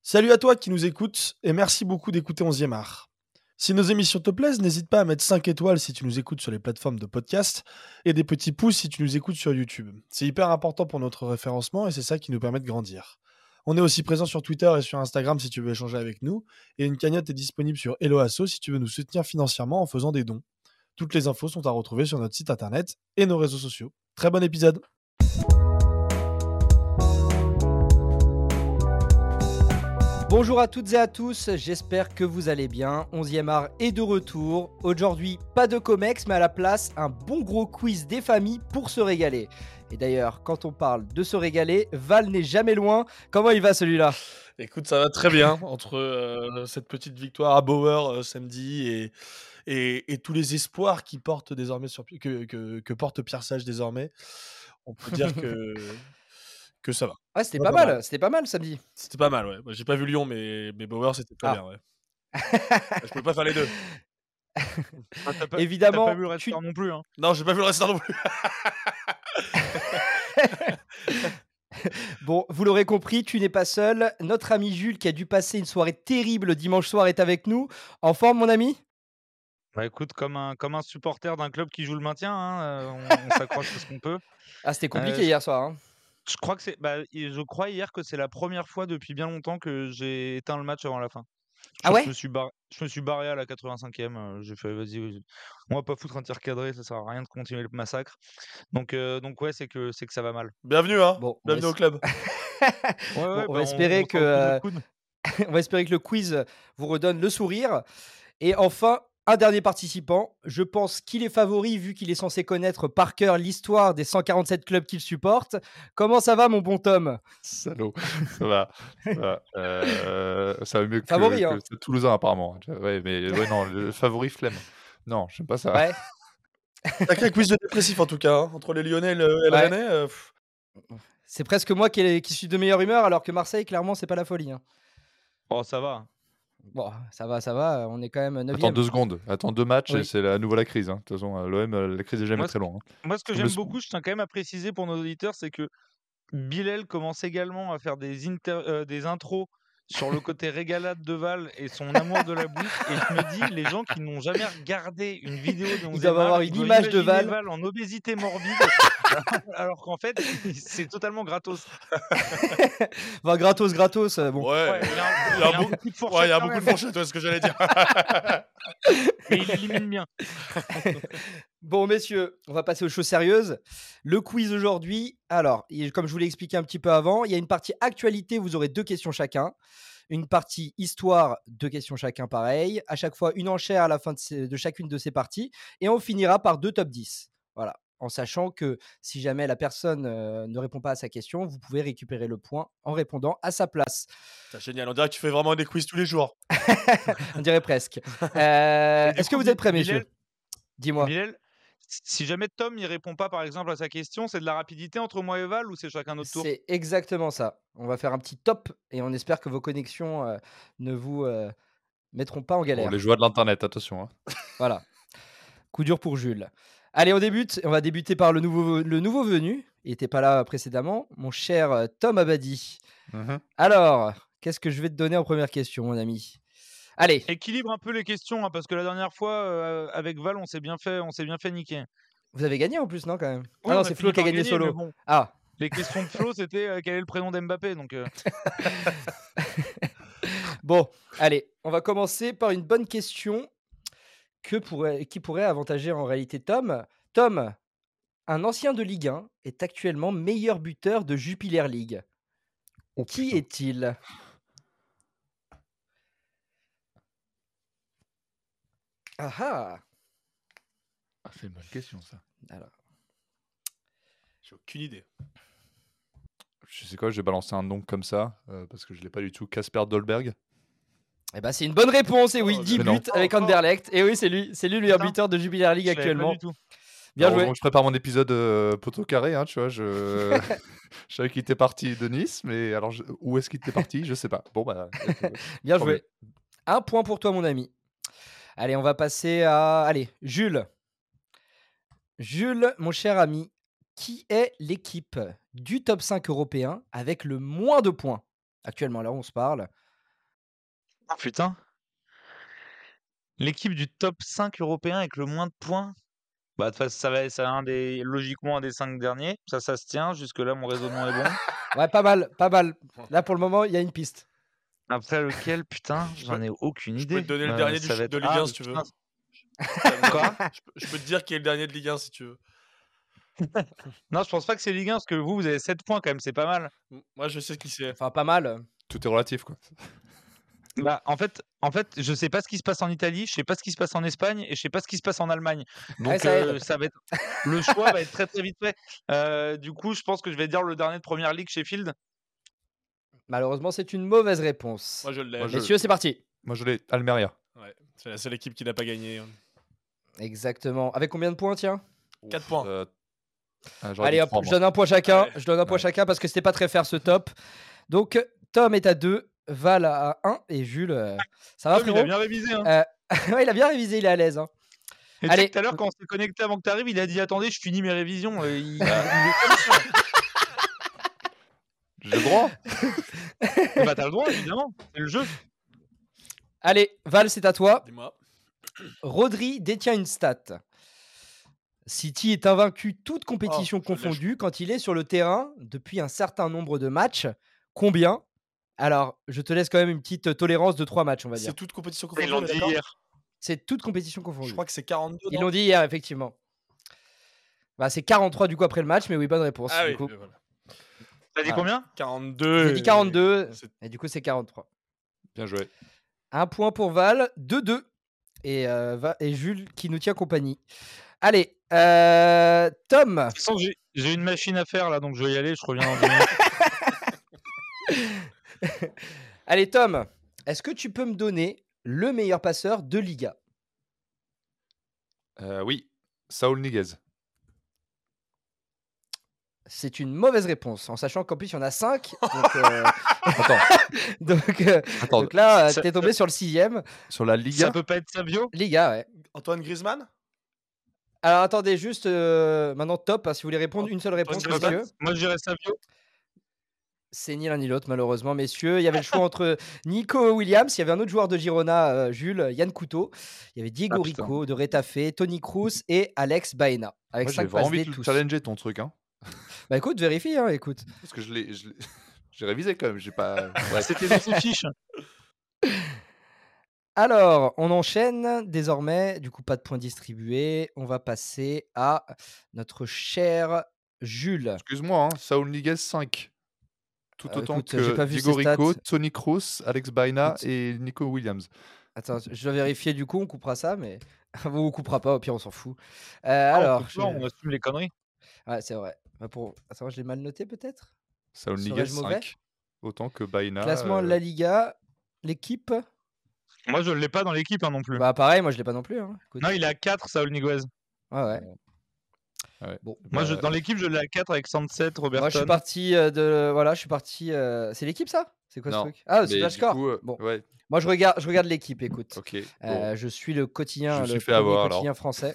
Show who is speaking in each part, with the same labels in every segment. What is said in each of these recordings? Speaker 1: Salut à toi qui nous écoutes et merci beaucoup d'écouter 11e art. Si nos émissions te plaisent, n'hésite pas à mettre 5 étoiles si tu nous écoutes sur les plateformes de podcast et des petits pouces si tu nous écoutes sur YouTube. C'est hyper important pour notre référencement et c'est ça qui nous permet de grandir. On est aussi présent sur Twitter et sur Instagram si tu veux échanger avec nous et une cagnotte est disponible sur Hello Asso si tu veux nous soutenir financièrement en faisant des dons. Toutes les infos sont à retrouver sur notre site internet et nos réseaux sociaux. Très bon épisode
Speaker 2: Bonjour à toutes et à tous, j'espère que vous allez bien. 11e art est de retour. Aujourd'hui, pas de comex, mais à la place, un bon gros quiz des familles pour se régaler. Et d'ailleurs, quand on parle de se régaler, Val n'est jamais loin. Comment il va celui-là
Speaker 1: Écoute, ça va très bien entre euh, cette petite victoire à Bauer euh, samedi et, et, et, tous les espoirs qui portent désormais sur, que, que, que porte Pierre Sage désormais. On peut dire que. que ça va.
Speaker 2: Ouais, c'était pas, pas, mal, mal. c'était pas mal samedi.
Speaker 1: C'était pas mal, ouais. J'ai pas vu Lyon, mais, mais Bauer, c'était pas ah. bien, ouais. Je peux pas faire les deux.
Speaker 2: ah, pas, Évidemment.
Speaker 3: Pas vu le reste tu... non plus. Hein.
Speaker 1: Non, j'ai pas vu le reste non plus.
Speaker 2: bon, vous l'aurez compris, tu n'es pas seul. Notre ami Jules, qui a dû passer une soirée terrible dimanche soir, est avec nous. En forme, mon ami
Speaker 3: bah écoute, comme un, comme un supporter d'un club qui joue le maintien, hein, on, on s'accroche à ce qu'on peut.
Speaker 2: Ah, c'était compliqué euh, hier soir. Hein.
Speaker 3: Je crois que c'est. Bah, je crois hier que c'est la première fois depuis bien longtemps que j'ai éteint le match avant la fin.
Speaker 2: Je ah ouais
Speaker 3: je me, suis barré, je me suis barré à la 85e. Euh, j'ai fait, vas-y, vas on va pas foutre un tir cadré, ça sert à rien de continuer le massacre. Donc, euh, donc ouais, c'est que, c'est que ça va mal.
Speaker 1: Bienvenue, hein bon, Bienvenue au club.
Speaker 2: ouais, ouais, bon, bah, on va espérer on, on que. on va espérer que le quiz vous redonne le sourire. Et enfin, un dernier participant. Je pense qu'il est favori vu qu'il est censé connaître par cœur l'histoire des 147 clubs qu'il supporte. Comment ça va, mon bon Tom
Speaker 4: Salaud, ça va. Ça va, euh, ça va mieux que, favori, que, hein. que Toulousain, apparemment. Ouais, mais ouais, non, le favori flemme. Non, j'aime pas ça.
Speaker 2: Ouais.
Speaker 1: Sacré quiz de dépressif, en tout cas, hein. entre les Lyonnais et le ouais. Rennais. Euh,
Speaker 2: c'est presque moi qui, est, qui, suis de meilleure humeur, alors que Marseille, clairement, c'est pas la folie. Hein.
Speaker 3: Oh, ça va.
Speaker 2: Bon, ça va, ça va, on est quand même 9
Speaker 4: Attends deux secondes, attends deux matchs oui. et c'est à nouveau la crise. Hein. De toute façon, l'OM, la crise est jamais
Speaker 3: moi,
Speaker 4: très longue. Hein.
Speaker 3: Moi, ce que j'aime beaucoup, je tiens quand même à préciser pour nos auditeurs, c'est que Bilal commence également à faire des, euh, des intros sur le côté régalade de Val et son amour de la bouffe. Et je me dis, les gens qui n'ont jamais regardé une vidéo de
Speaker 2: Ils doivent avoir une image de Val.
Speaker 3: Val. en obésité morbide, alors qu'en fait, c'est totalement gratos.
Speaker 2: Enfin, gratos, gratos. euh, Bon.
Speaker 1: Ouais, ouais il y a, beaucoup de fourchettes. Ouais, il y a beaucoup de fourchettes, ouais, ce que j'allais dire.
Speaker 3: Mais il élimine bien.
Speaker 2: Bon, messieurs, on va passer aux choses sérieuses. Le quiz aujourd'hui, alors, comme je vous l'ai expliqué un petit peu avant, il y a une partie actualité, vous aurez deux questions chacun. Une partie histoire, deux questions chacun, pareil. À chaque fois, une enchère à la fin de, ces, de chacune de ces parties. Et on finira par deux top 10. Voilà. En sachant que si jamais la personne euh, ne répond pas à sa question, vous pouvez récupérer le point en répondant à sa place.
Speaker 1: C'est génial. On dirait que tu fais vraiment des quiz tous les jours.
Speaker 2: on dirait presque. Euh, Est-ce que vous êtes prêts, messieurs Dis-moi
Speaker 3: si jamais Tom n'y répond pas, par exemple, à sa question, c'est de la rapidité entre moi et Val ou c'est chacun notre tour
Speaker 2: C'est exactement ça. On va faire un petit top et on espère que vos connexions euh, ne vous euh, mettront pas en galère.
Speaker 4: Bon, les joies de l'Internet, attention. Hein.
Speaker 2: voilà. Coup dur pour Jules. Allez, on débute. On va débuter par le nouveau, le nouveau venu. Il n'était pas là précédemment. Mon cher Tom Abadi. Mm
Speaker 1: Mm-hmm.
Speaker 2: -hmm. Alors, qu'est-ce que je vais te donner en première question, mon ami Allez.
Speaker 3: Équilibre un peu les questions, hein, parce que la dernière fois, euh, avec Val, on s'est bien fait, on s'est bien fait niquer.
Speaker 2: Vous avez gagné en plus, non, quand même oui, Ah non, c'est Flo qui a gagné solo. Bon, ah.
Speaker 3: Les questions de Flo, c'était euh, quel est le prénom d'Mbappé donc, euh...
Speaker 2: Bon, allez, on va commencer par une bonne question que pourrait, qui pourrait avantager en réalité Tom. Tom, un ancien de Ligue 1 est actuellement meilleur buteur de Jupiler League. Oh, qui est-il
Speaker 4: Ah ah C'est une bonne question ça. Alors.
Speaker 1: J'ai aucune idée.
Speaker 4: Je sais quoi, j'ai balancé un nom comme ça euh, parce que je l'ai pas du tout. Casper Dolberg.
Speaker 2: Eh ben c'est une bonne réponse et oui, oh, 10 buts non. avec Anderlecht. Et oui, c'est lui, c'est lui le buteur de Jubilaire League actuellement.
Speaker 4: Bien Alors, joué. Ah, Bon, je prépare mon épisode euh, poteau carré, hein, tu vois. Je, je savais qu'il était parti de Nice, mais alors je... où est-ce qu'il était parti Je sais pas. Bon bah.
Speaker 2: Bien joué. Un point pour toi, mon ami. Allez, on va passer à. Allez, Jules. Jules, mon cher ami, qui est l'équipe du top 5 européen avec le moins de points Actuellement, là, on se parle.
Speaker 3: Ah, putain. L'équipe du top 5 européen avec le moins de points. Bah, de toute façon, ça va être ça, un des, logiquement un des 5 derniers. Ça, ça se tient. Jusque-là, mon raisonnement est bon.
Speaker 2: Ouais, pas mal, pas mal. Là, pour le moment, il y a une piste.
Speaker 3: Après lequel, putain, j'en ai aucune
Speaker 1: Je
Speaker 3: idée.
Speaker 1: peux te donner le
Speaker 3: Euh,
Speaker 1: dernier
Speaker 3: ça va
Speaker 1: du- de
Speaker 3: être-
Speaker 1: Ligue
Speaker 3: Ah,
Speaker 1: 1 si tu veux.
Speaker 3: putain.
Speaker 1: Quoi je, peux, je peux te dire qui est le dernier de Ligue 1 si tu veux.
Speaker 3: Non, je pense pas que c'est Ligue 1, parce que vous, vous avez 7 points quand même, c'est pas mal.
Speaker 1: Moi, je sais qui c'est.
Speaker 2: Enfin, pas mal.
Speaker 4: Tout est relatif, quoi.
Speaker 3: Bah, en fait, en fait, je sais pas ce qui se passe en Italie, je sais pas ce qui se passe en Espagne et je sais pas ce qui se passe en Allemagne. Donc
Speaker 2: Ouais, ça
Speaker 3: euh, ça va être le choix va être très très vite fait. Euh, du coup, je pense que je vais dire le dernier de première ligue Sheffield.
Speaker 2: Malheureusement, c'est une mauvaise réponse.
Speaker 1: Moi, je l'ai.
Speaker 4: Moi, je-
Speaker 2: Messieurs, c'est parti.
Speaker 4: Moi, je l'ai. Almeria.
Speaker 1: Ouais, C'est la seule équipe qui n'a pas gagné. hein.
Speaker 2: Exactement. Avec combien de points, tiens
Speaker 1: 4 points.
Speaker 4: Euh, ah, j'aurais
Speaker 2: Allez,
Speaker 4: dit
Speaker 2: hop,
Speaker 4: trois,
Speaker 2: je
Speaker 4: moi.
Speaker 2: donne un point chacun.
Speaker 1: Ouais.
Speaker 2: Je donne un point
Speaker 4: Ouais.
Speaker 2: chacun parce que c'était pas très faire ce top. Donc, Tom est à 2, Val à 1 et Jules. euh, Ça va,
Speaker 3: Tom, il a
Speaker 2: frérot
Speaker 3: bien révisé. hein.
Speaker 2: Ouais, il a bien révisé, il est à l'aise. hein.
Speaker 3: Et tu
Speaker 2: Allez.
Speaker 3: sais que tout à l'heure, quand on s'est connecté avant que tu arrives, il a dit Attendez, je finis mes révisions. Et il-
Speaker 4: J'ai le droit.
Speaker 3: bah, t'as le droit, évidemment. C'est le jeu.
Speaker 2: Allez, Val, c'est à toi.
Speaker 1: Dis-moi.
Speaker 2: Rodri détient une stat. City est invaincu toute compétition
Speaker 1: je lâche.
Speaker 2: confondue quand il est sur le terrain depuis un certain nombre de matchs. Combien Alors, je te laisse quand même une petite euh, tolérance de trois matchs, on va dire.
Speaker 1: C'est toute compétition
Speaker 3: Ils
Speaker 1: confondue.
Speaker 3: l'ont dit
Speaker 1: d'accord
Speaker 3: hier.
Speaker 2: C'est toute compétition confondue.
Speaker 5: Je crois que c'est 42.
Speaker 2: Ils
Speaker 5: non
Speaker 2: l'ont dit hier, effectivement. Bah, c'est 43 du coup après le match, mais oui, bonne réponse.
Speaker 1: Ah
Speaker 2: du
Speaker 1: oui,
Speaker 2: coup.
Speaker 1: euh, voilà.
Speaker 3: T'as dit
Speaker 2: Voilà.
Speaker 3: combien
Speaker 2: J'ai
Speaker 1: 42.
Speaker 2: dit 42,
Speaker 1: euh, C'est-
Speaker 2: et du coup, c'est 43.
Speaker 4: Bien joué.
Speaker 2: Un point pour Val, 2-2. Et, euh, Va- et Jules qui nous tient compagnie. Allez, euh, Tom,
Speaker 3: De toute façon, j'ai- J'ai une machine à faire là, donc je vais y aller. Je reviens dans deux minutes.
Speaker 2: Allez, Tom, est-ce que tu peux me donner le meilleur passeur de Liga
Speaker 4: Euh, oui. Saul Niguez.
Speaker 2: C'est une mauvaise réponse, en sachant qu'en plus, il y en a 5. Donc, euh,
Speaker 4: Attends,
Speaker 2: donc, euh,
Speaker 4: attends.
Speaker 2: donc là, euh,
Speaker 3: Ça-
Speaker 2: t'es tombé sur le sixième.
Speaker 4: Sur la Liga.
Speaker 3: Ça peut pas être Savio
Speaker 2: Liga, ouais.
Speaker 5: Antoine Griezmann
Speaker 2: Alors, attendez, juste euh, maintenant, top, hein, si vous voulez répondre, une seule réponse,
Speaker 1: Griezmann.
Speaker 2: messieurs.
Speaker 3: Moi, je dirais Savio.
Speaker 2: C'est ni l'un ni l'autre, malheureusement, messieurs. Il y avait le choix entre Nico Williams, il y avait un autre joueur de Girona, euh, Jules, Yann Couteau. Il y avait Diego
Speaker 4: Ah, putain.
Speaker 2: Rico de Retafe, Tony Cruz et Alex Baena. Avec
Speaker 4: Moi, j'ai
Speaker 2: cinq
Speaker 4: vraiment
Speaker 2: passes
Speaker 4: envie
Speaker 2: D
Speaker 4: de le
Speaker 2: tous.
Speaker 4: challenger ton truc, hein.
Speaker 2: Bah écoute, vérifie, hein, écoute.
Speaker 4: Parce que je l'ai. je l'ai- J'ai révisé quand même. J'ai pas. Ouais.
Speaker 3: C'était dans ses fiches.
Speaker 2: Alors, on enchaîne désormais. Du coup, pas de points distribués. On va passer à notre cher Jules.
Speaker 4: Excuse-moi, hein, Saul Niguez 5. Tout
Speaker 2: Euh,
Speaker 4: autant
Speaker 2: écoute, j'ai pas
Speaker 4: que
Speaker 2: vu
Speaker 4: Diego
Speaker 2: ces stats.
Speaker 4: Rico, Tony Kroos, Alex Baina
Speaker 2: Écoute.
Speaker 4: et Nico Williams.
Speaker 2: Attends, je dois vérifier du coup, on coupera ça, mais vous ne coupera pas, au pire on s'en fout. Euh,
Speaker 3: Ah, on
Speaker 2: alors,
Speaker 3: peut pas,
Speaker 2: je-
Speaker 3: on assume les conneries.
Speaker 2: ouais, c'est vrai. Bah, pour... Attends, je l'ai mal noté peut-être
Speaker 4: Saul
Speaker 2: Serais-je
Speaker 4: Niguez
Speaker 2: mauvais
Speaker 4: 5. Autant que Baina.
Speaker 2: Classement de
Speaker 4: euh,
Speaker 2: La Liga, l'équipe
Speaker 3: Moi, je l'ai pas dans l'équipe hein, non plus.
Speaker 2: Bah pareil, moi je l'ai pas non plus. hein. Écoute.
Speaker 3: non, il est à 4, Saul Niguez.
Speaker 2: Ouais, ouais.
Speaker 3: Moi, je-
Speaker 4: bah,
Speaker 3: dans l'équipe, je l'ai à 4 avec 107,
Speaker 2: Euh, Moi je
Speaker 3: Robertson.
Speaker 2: suis parti euh, de... Voilà, je suis parti... euh, C'est l'équipe ça C'est quoi
Speaker 4: Non,
Speaker 2: ce truc Ah,
Speaker 4: mais
Speaker 2: c'est le
Speaker 4: du
Speaker 2: score.
Speaker 4: coup, euh,
Speaker 2: Bon.
Speaker 4: Ouais,
Speaker 2: Moi je regarde, je regarde l'équipe, écoute.
Speaker 4: ok. bon.
Speaker 2: Euh, je suis le quotidien,
Speaker 4: Je me
Speaker 2: le
Speaker 4: suis fait
Speaker 2: premier
Speaker 4: avoir, alors.
Speaker 2: quotidien français.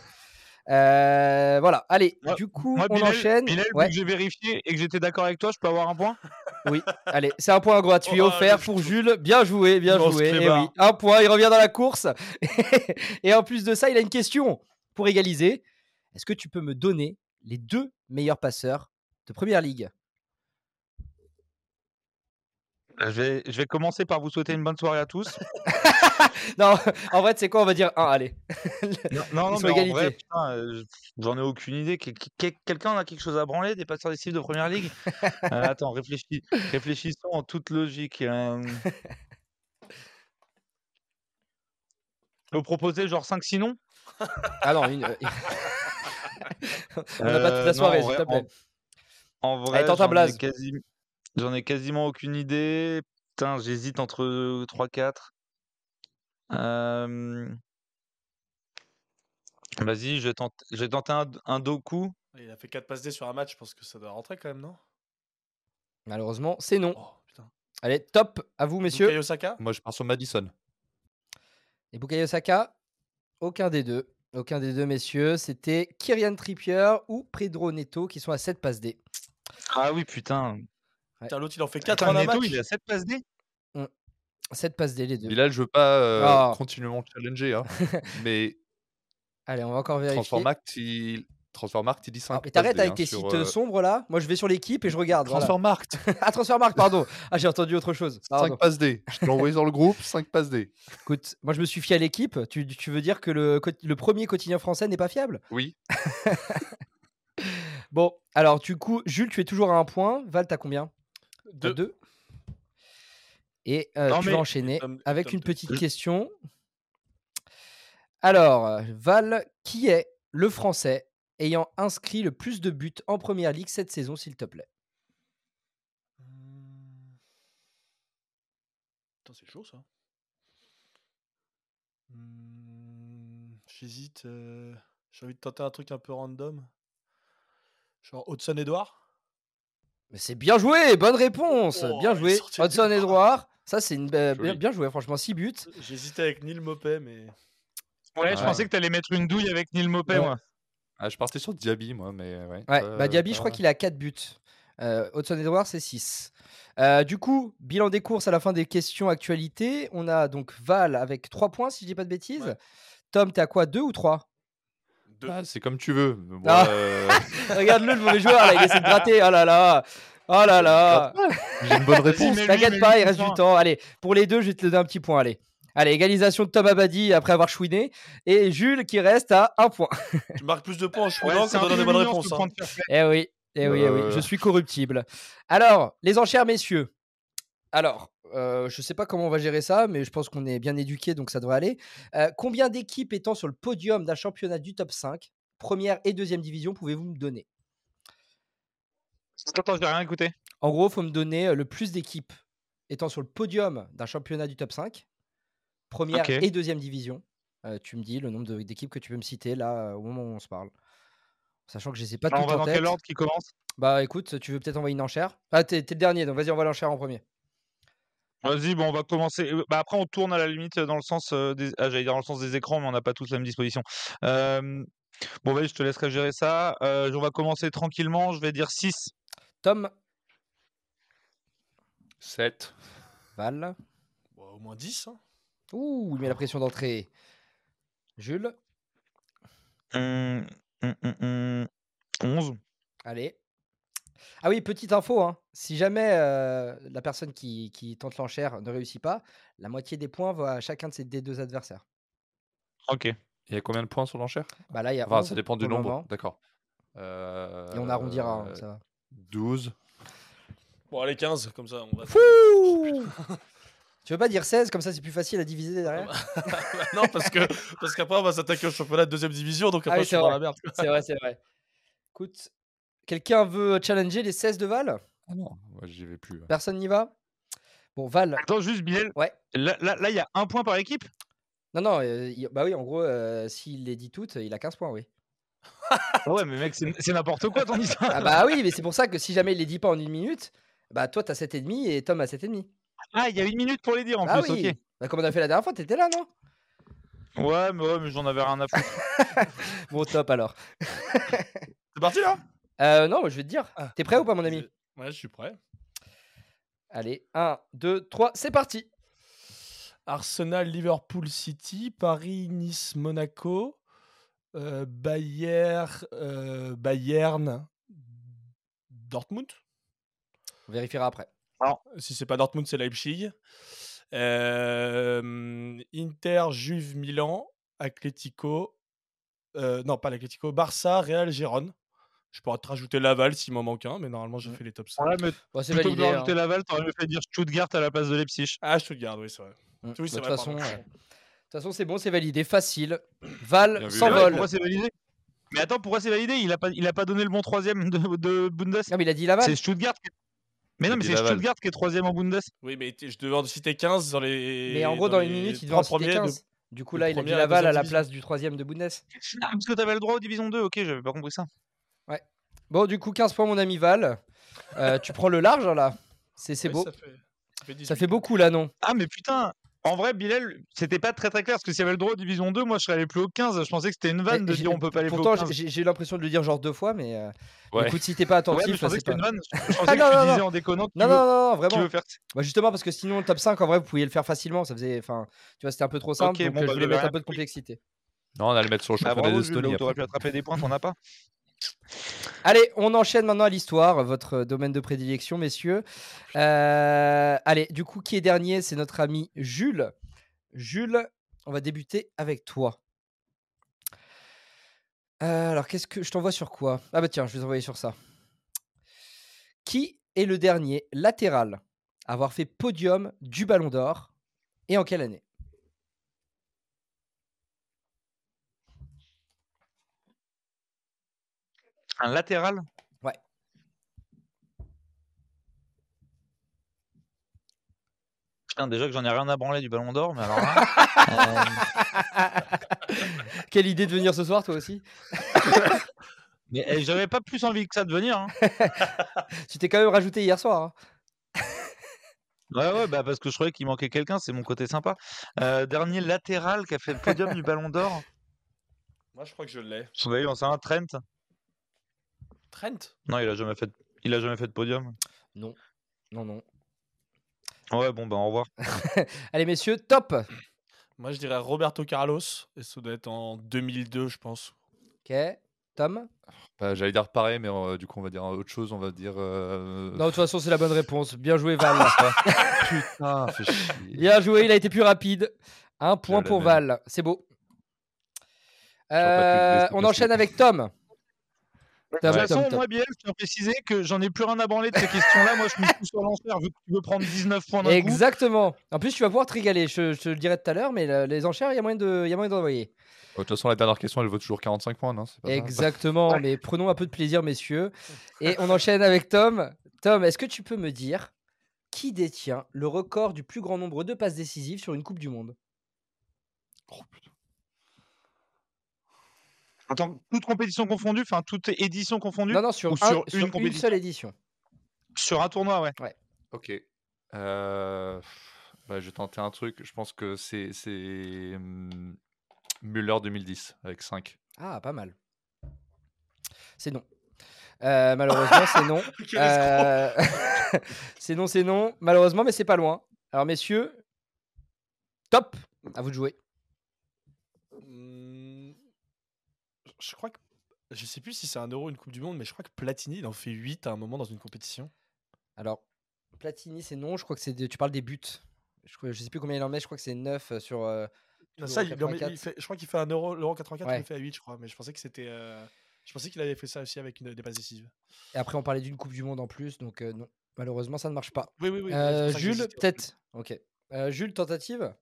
Speaker 2: Euh, voilà, allez,
Speaker 3: Moi-
Speaker 2: du coup,
Speaker 3: Moi,
Speaker 2: on
Speaker 3: Bilal-
Speaker 2: enchaîne.
Speaker 3: Bilal, vu
Speaker 2: Ouais,
Speaker 3: que j'ai vérifié et que j'étais d'accord avec toi, je peux avoir un point
Speaker 2: oui, allez, c'est un point gratuit
Speaker 1: Oh,
Speaker 2: offert
Speaker 1: le
Speaker 2: pour Jules. Bien joué, bien
Speaker 1: Immense
Speaker 2: joué. eh
Speaker 1: clébard.
Speaker 2: oui. Un point, il revient dans la course. Et en plus de ça, il a une question pour égaliser. Est-ce que tu peux me donner les deux meilleurs passeurs de première ligue
Speaker 3: Euh, je vais, je vais commencer par vous souhaiter une bonne soirée à tous.
Speaker 2: Non, en vrai, c'est quoi On va dire un, allez.
Speaker 3: non, non,
Speaker 2: Ils sont
Speaker 3: mais en
Speaker 2: égalité.
Speaker 3: vrai, putain, euh, j'en ai aucune idée. Quel- quel- Quelqu'un en a quelque chose à branler des passeurs décisifs de première ligue Euh, Attends, réfléchis, réfléchissons en toute logique. euh. Je peux proposer genre 5-6 noms
Speaker 2: Ah non, une. on n'a pas toute
Speaker 3: Euh,
Speaker 2: la
Speaker 3: non,
Speaker 2: soirée,
Speaker 3: en
Speaker 2: s'il
Speaker 3: vrai,
Speaker 2: te plaît.
Speaker 3: En vrai,
Speaker 2: tente un
Speaker 3: j'en ai
Speaker 2: blaze.
Speaker 3: quasi- j'en ai quasiment aucune idée. Putain, j'hésite entre 3-4. Euh, Vas-y, je tente, je vais tenter un, un Doku.
Speaker 1: Il a fait 4 passes D sur un match, je pense que ça doit rentrer quand même, non
Speaker 2: Malheureusement, c'est non.
Speaker 1: Oh putain.
Speaker 2: Allez, top, à vous, messieurs.
Speaker 1: Bukayo Saka
Speaker 4: Moi, je pars sur Madison.
Speaker 2: Et Bukayo Saka, aucun des deux. Aucun des deux, messieurs. C'était Kyrian Trippier ou Pedro Neto qui sont à 7 passes D.
Speaker 3: Ah oui, putain.
Speaker 1: Putain, L'autre, il en fait 4
Speaker 3: Putain,
Speaker 1: en un
Speaker 3: Neto,
Speaker 1: match.
Speaker 3: il a 7 passes D.
Speaker 2: Mm. 7 passes D, les deux.
Speaker 4: Bilal, je veux pas euh,
Speaker 2: Oh.
Speaker 4: continuellement challenger, hein, mais
Speaker 2: Allez, on va encore vérifier.
Speaker 4: Transfermarkt, il... Transfermarkt, il dit 5.
Speaker 2: Ah, mais t'arrêtes
Speaker 4: hein,
Speaker 2: avec tes sites euh, sombres là. Moi, je vais sur l'équipe et je regarde. voilà.
Speaker 4: Transfermarkt,
Speaker 2: Ah, Transfermarkt, pardon. Ah, j'ai entendu autre chose. Pardon.
Speaker 4: 5 passes D. Je te l'ai envoyé dans le groupe, 5 passes D.
Speaker 2: Écoute, moi, je me suis fié à l'équipe. Tu, tu veux dire que le, co- le premier quotidien français n'est pas fiable
Speaker 4: Oui.
Speaker 2: Bon, alors, du coup, Jules, tu es toujours à un point. Val, t'as combien T'as
Speaker 1: Deux.
Speaker 2: deux. Et euh,
Speaker 1: Non,
Speaker 2: tu
Speaker 1: mais-
Speaker 2: vas enchaîner
Speaker 1: Tom-
Speaker 2: avec
Speaker 1: Tom
Speaker 2: une
Speaker 1: deux.
Speaker 2: petite question. Alors, euh, Val, qui est le Français ayant inscrit le plus de buts en première ligue cette saison, s'il te plaît
Speaker 1: Mmh. Putain, c'est chaud ça. Hmm, J'hésite. euh, J'ai envie de tenter un truc un peu random. Genre Hudson Edouard
Speaker 2: Mais c'est bien joué, bonne réponse,
Speaker 1: Oh,
Speaker 2: bien
Speaker 1: il
Speaker 2: joué.
Speaker 1: sortait du
Speaker 2: Hudson
Speaker 1: bras.
Speaker 2: Edouard, ça c'est une be- bien,
Speaker 4: Joli.
Speaker 2: bien joué, franchement, 6 buts.
Speaker 1: Euh, J'hésitais avec Neil Mopet, mais.
Speaker 3: Ouais, je
Speaker 4: Ouais.
Speaker 3: pensais que t'allais mettre une douille avec Neil Mopé,
Speaker 2: Ouais.
Speaker 3: moi.
Speaker 4: Ah, je partais sur Diaby, moi, mais ouais.
Speaker 2: Ouais,
Speaker 4: pas-
Speaker 2: bah, Diaby,
Speaker 4: pas
Speaker 2: je crois
Speaker 4: mal.
Speaker 2: qu'il a 4 buts. Euh, Hudson Edouard, c'est 6. du coup, bilan des courses à la fin des questions actualité. On a donc Val avec 3 points, si je dis pas de bêtises.
Speaker 1: Ouais.
Speaker 2: Tom, t'as quoi 2 ou 3
Speaker 1: Deux.
Speaker 4: Ah, c'est comme tu veux. Moi,
Speaker 2: Ah.
Speaker 4: euh,
Speaker 2: Regarde-le, le mauvais joueur, là, il essaie de gratter. Oh là là Oh là là
Speaker 4: j'ai une bonne réponse.
Speaker 3: mets-lui,
Speaker 2: T'inquiète
Speaker 3: mets-lui
Speaker 2: pas, il
Speaker 3: ton
Speaker 2: reste du
Speaker 3: point.
Speaker 2: temps. Allez, pour les deux, je vais te donner un petit point. Allez, allez égalisation de Tom Abadi après avoir chouiné. Et Jules qui reste à 1 point.
Speaker 1: Tu marques plus de points en
Speaker 3: Ouais,
Speaker 1: chouinant
Speaker 3: c'est
Speaker 1: qu'en
Speaker 3: un
Speaker 1: donnant
Speaker 3: peu
Speaker 1: des bonnes
Speaker 3: mignon, ce
Speaker 1: réponses. hein.
Speaker 3: point de fair play.
Speaker 2: Eh oui, eh oui, eh oui, je
Speaker 4: Euh.
Speaker 2: suis corruptible. Alors, les enchères, messieurs. Alors, euh, je sais pas comment on va gérer ça, mais je pense qu'on est bien éduqués, donc ça devrait aller. Euh, combien d'équipes étant sur le podium d'un championnat du top 5, première et deuxième division, pouvez-vous me donner
Speaker 3: Attends, j'ai rien écouté.
Speaker 2: En gros, faut me donner euh, le plus d'équipes étant sur le podium d'un championnat du top 5, première
Speaker 3: Ok.
Speaker 2: et deuxième division. Euh, tu me dis le nombre de- d'équipes que tu peux me citer là euh, au moment où on se parle. Sachant que je ne sais pas
Speaker 3: Alors, on
Speaker 2: tout
Speaker 3: va
Speaker 2: en
Speaker 3: dans
Speaker 2: tête.
Speaker 3: quel ordre qui commence
Speaker 2: Bah écoute, tu veux peut-être envoyer une enchère Ah, t'es t'es le dernier, donc vas-y, envoie l'enchère en premier.
Speaker 3: Vas-y, bon, on va commencer. Euh, Bah, après, on tourne à la limite euh, dans le sens euh, des, ah, j'allais dire dans le sens des écrans, mais on n'a pas tous la même disposition. Euh, Bon, vas-y, je te laisserai gérer ça. Euh, on va commencer tranquillement. Je vais dire 6.
Speaker 2: Tom,
Speaker 4: 7.
Speaker 2: Val.
Speaker 1: Bah, au moins 10. hein.
Speaker 2: Ouh,
Speaker 4: Ah.
Speaker 2: il met la pression d'entrée. Jules,
Speaker 3: Hum, 11.
Speaker 2: allez. Ah oui, petite info, hein. si jamais euh, la personne qui, qui tente l'enchère ne réussit pas, la moitié des points va à chacun de ses des deux adversaires.
Speaker 3: Ok.
Speaker 4: Il y a combien de points sur l'enchère
Speaker 2: Bah là, il y a
Speaker 4: Enfin,
Speaker 2: 11
Speaker 4: ça dépend du
Speaker 2: pour le
Speaker 4: nombre. Euh,
Speaker 2: moment,
Speaker 4: D'accord. Euh,
Speaker 2: Et on arrondira, hein, ça va.
Speaker 4: 12.
Speaker 1: Bon, allez, 15, comme ça, on va.
Speaker 2: Tu veux pas dire 16, comme ça c'est plus facile à diviser derrière
Speaker 1: non, parce que parce qu'après, on va s'attaquer au championnat de deuxième division, donc
Speaker 2: Ah
Speaker 1: après,
Speaker 2: oui,
Speaker 1: je
Speaker 2: c'est
Speaker 1: suis dans
Speaker 2: vrai.
Speaker 1: la merde.
Speaker 2: C'est vrai, c'est vrai. Écoute, quelqu'un veut challenger les 16 de Val
Speaker 4: Ah non, moi, j'y vais plus.
Speaker 2: Personne n'y va Bon, Val,
Speaker 3: Attends, juste, Bilal.
Speaker 2: Ouais.
Speaker 3: Là, là, là, il y a un point par équipe.
Speaker 2: Non, non, euh, il- bah oui, en gros, euh, s'il les dit toutes, il a 15 points, oui.
Speaker 3: ouais, mais mec, c'est c'est n'importe quoi ton histoire.
Speaker 2: Ah bah oui, mais c'est pour ça que si jamais il les dit pas en une minute, bah toi t'as 7,5 et Tom a 7,5.
Speaker 3: Ah, il y a une minute pour les dire en
Speaker 2: Ah
Speaker 3: plus.
Speaker 2: oui
Speaker 3: ok.
Speaker 2: bah, Comme on a fait la dernière fois, t'étais là, non
Speaker 3: Ouais, mais, ouais, mais j'en avais rien à foutre.
Speaker 2: Bon, top alors.
Speaker 1: C'est parti là
Speaker 2: Euh, non, moi, je vais te dire.
Speaker 1: Ah.
Speaker 2: T'es prêt ou pas, mon ami
Speaker 1: Ouais, je suis prêt.
Speaker 2: Allez, 1, 2, 3, c'est parti
Speaker 1: Arsenal, Liverpool City, Paris, Nice, Monaco, euh, Bayer- euh, Bayern, Dortmund.
Speaker 2: On vérifiera après.
Speaker 1: Si c'est pas Dortmund, c'est Leipzig. Euh, Inter, Juve, Milan, Atlético. euh, non, pas l'Atlético, Barça, Real, Gérone. Je pourrais te rajouter Laval s'il m'en manque un, mais normalement j'ai
Speaker 2: Ouais.
Speaker 1: fait les top 5.
Speaker 3: Ouais, mais
Speaker 2: Bon, c'est
Speaker 3: plutôt que de
Speaker 2: validé. hein.
Speaker 3: rajouter Laval, t'aurais mieux fait dire Stuttgart à la place de Leipzig.
Speaker 1: Ah, Stuttgart, oui, c'est vrai.
Speaker 2: Mm.
Speaker 1: Oui,
Speaker 2: Bah,
Speaker 1: c'est
Speaker 2: De toute
Speaker 1: vrai,
Speaker 2: façon,
Speaker 1: pardon.
Speaker 2: euh, de toute façon, c'est bon, c'est validé, facile. Val
Speaker 3: Ah ouais,
Speaker 4: Bien vu. Vol.
Speaker 2: s'envole.
Speaker 3: Pourquoi c'est validé Mais attends, pourquoi c'est validé Il a pas, il a pas donné le bon troisième de, de Bundes.
Speaker 2: Non, mais il a dit Laval.
Speaker 3: C'est Stuttgart. qui- Mais non,
Speaker 4: Il
Speaker 3: mais
Speaker 4: dit
Speaker 3: c'est
Speaker 4: Laval.
Speaker 3: Stuttgart qui est troisième en Bundes.
Speaker 1: Oui, mais t- je devais en citer 15 dans les.
Speaker 2: Mais en gros, dans, une
Speaker 1: les
Speaker 2: minute, il doit
Speaker 1: trois
Speaker 2: en citer
Speaker 1: premiers de-
Speaker 2: 15. Du coup,
Speaker 1: de
Speaker 2: là, il a dit
Speaker 1: première à
Speaker 2: Laval à
Speaker 1: deuxième
Speaker 2: la
Speaker 1: division.
Speaker 2: place du troisième de Bundes.
Speaker 3: Ah, parce que t'avais le droit aux division 2, ok, j'avais pas compris ça.
Speaker 2: Bon, du coup, 15 points, mon ami Val. Euh, tu prends le large, hein, là. C'est c'est
Speaker 1: Oui,
Speaker 2: beau.
Speaker 1: Ça fait, ça fait
Speaker 2: Ça
Speaker 1: 18.
Speaker 2: fait beaucoup, là, non
Speaker 3: Ah, mais putain En vrai, Bilal, c'était pas très très clair parce que s'il y avait le droit au Division 2, moi je serais allé plus haut 15. Je pensais que c'était une vanne
Speaker 2: Mais
Speaker 3: de
Speaker 2: Eh, j'ai-
Speaker 3: dire on peut pas aller plus haut
Speaker 2: Pourtant,
Speaker 3: 15.
Speaker 2: j'ai j'ai eu l'impression de le dire genre deux fois, mais euh,
Speaker 4: Ouais.
Speaker 2: écoute, si t'es pas
Speaker 3: Ouais, mais
Speaker 2: attentif,
Speaker 3: je pensais que
Speaker 2: c'est pas...
Speaker 3: c'était une
Speaker 2: Non,
Speaker 3: vanne. Je pensais que
Speaker 2: non,
Speaker 3: tu
Speaker 2: non,
Speaker 3: disais en déconnant qui
Speaker 2: non,
Speaker 3: veut-
Speaker 2: non, non,
Speaker 3: qui
Speaker 2: vraiment.
Speaker 3: veut faire
Speaker 2: Bah, justement, parce que sinon, le top 5, en vrai, vous pouviez le faire facilement. Ça faisait, enfin, tu vois, c'était un peu trop simple.
Speaker 3: Ok,
Speaker 2: donc,
Speaker 3: bon,
Speaker 2: euh,
Speaker 3: bah,
Speaker 2: je voulais
Speaker 3: j'avais
Speaker 2: mettre un
Speaker 3: rien
Speaker 2: peu de
Speaker 3: compris.
Speaker 2: complexité.
Speaker 4: Non, on allait le mettre sur le
Speaker 3: Bah
Speaker 4: championnat
Speaker 3: bravo, Jules, là
Speaker 4: d'Estonie.
Speaker 3: où t'aurais pu
Speaker 4: après.
Speaker 3: attraper des points, t'en as pas.
Speaker 2: Allez, on enchaîne maintenant à l'histoire, votre euh, domaine de prédilection, messieurs. Euh, allez, du coup, qui est dernier C'est notre ami Jules. Jules, on va débuter avec toi. Euh, alors, qu'est-ce que je t'envoie sur quoi Ah bah tiens, je vais t'envoyer sur ça. Qui est le dernier latéral à avoir fait podium du Ballon d'Or et en quelle année
Speaker 3: Un latéral
Speaker 2: Ouais.
Speaker 3: Putain, déjà que j'en ai rien à branler du ballon d'or, mais alors. là,
Speaker 2: Quelle idée de venir ce soir, toi aussi
Speaker 3: mais eh, j'avais pas plus envie que ça de venir. hein.
Speaker 2: Tu t'es quand même rajouté hier soir. hein.
Speaker 3: Ouais, ouais, bah parce que je croyais qu'il manquait quelqu'un, c'est mon côté sympa. Euh, dernier latéral qui a fait le podium du ballon d'or.
Speaker 1: Moi, je crois que je l'ai.
Speaker 3: Vous avez eu, on sait un Trent.
Speaker 1: Trent
Speaker 3: Non, il a jamais fait, de- il a jamais fait de podium.
Speaker 2: Non, non.
Speaker 3: Ouais, bon, bah au revoir.
Speaker 2: Allez, messieurs, top
Speaker 1: Moi, je dirais Roberto Carlos. Et ça doit être en 2002, je pense.
Speaker 2: Ok, Tom
Speaker 4: Bah, J'allais dire pareil, mais euh, du coup, on va dire autre chose. On va dire. euh,
Speaker 2: Non, de toute façon, c'est la bonne réponse. Bien joué, Val.
Speaker 4: Putain, fais chier.
Speaker 2: Bien joué, il a été plus rapide. Un point
Speaker 4: la
Speaker 2: pour
Speaker 4: mène.
Speaker 2: Val. C'est beau.
Speaker 4: J'aurais pas
Speaker 2: Euh,
Speaker 4: pu laisser
Speaker 2: on
Speaker 4: passer.
Speaker 2: enchaîne avec Tom.
Speaker 3: De
Speaker 2: Tom,
Speaker 3: toute
Speaker 2: Tom,
Speaker 3: façon,
Speaker 2: Tom.
Speaker 3: moi, Biel, je tiens à préciser que j'en ai plus rien à branler de ces questions-là. Moi, je me suis sur l'enfer, vu que tu veux prendre 19 points d'un coup.
Speaker 2: Exactement. En plus, tu vas pouvoir te régaler. Je, je te le dirai tout à l'heure, mais le- les enchères, il y a moyen de- il y a moyen d'envoyer.
Speaker 4: De toute façon, la dernière question, elle vaut toujours 45 points, non C'est pas ça
Speaker 2: Exactement. Mais prenons un peu de plaisir, messieurs. Et on enchaîne avec Tom. Tom, est-ce que tu peux me dire qui détient le record du plus grand nombre de passes décisives sur une Coupe du Monde
Speaker 3: Attends, toute compétition confondue, enfin, toute édition confondue,
Speaker 2: Non, non, sur,
Speaker 3: Ou
Speaker 2: un-
Speaker 3: sur une
Speaker 2: sur une
Speaker 3: compétition.
Speaker 2: seule édition.
Speaker 3: sur un tournoi, ouais.
Speaker 4: Ok. Euh, bah, je vais tenter un truc. Je pense que c'est c'est, hum, Müller 2010 avec 5.
Speaker 2: Ah, pas mal. C'est non. Euh, malheureusement, c'est non. Euh, c'est non, c'est non. Malheureusement, mais c'est pas loin. Alors, messieurs, top À vous de jouer.
Speaker 1: Hmm, Je crois que. Je sais plus si c'est un euro ou une Coupe du Monde, mais je crois que Platini, il en fait 8 à un moment dans une compétition.
Speaker 2: Alors, Platini, c'est non. Je crois que c'est. des- Tu parles des buts. Je, crois- je sais plus combien il en met. Je crois que c'est 9 sur. euh,
Speaker 1: ça,
Speaker 2: l'Euro
Speaker 1: il en met- il
Speaker 2: 84.
Speaker 1: fait- je crois qu'il fait un euro, l'euro 84, il
Speaker 2: Ouais.
Speaker 1: le fait à 8, je crois. Mais je pensais que c'était. euh, Je pensais qu'il avait fait ça aussi avec une, des passes décisives.
Speaker 2: Et après, on parlait d'une Coupe du Monde en plus. Donc, euh, non. Malheureusement, ça ne marche pas.
Speaker 1: Oui, oui, oui.
Speaker 2: Euh, Jules, peut-être. Ok. Euh, Jules, tentative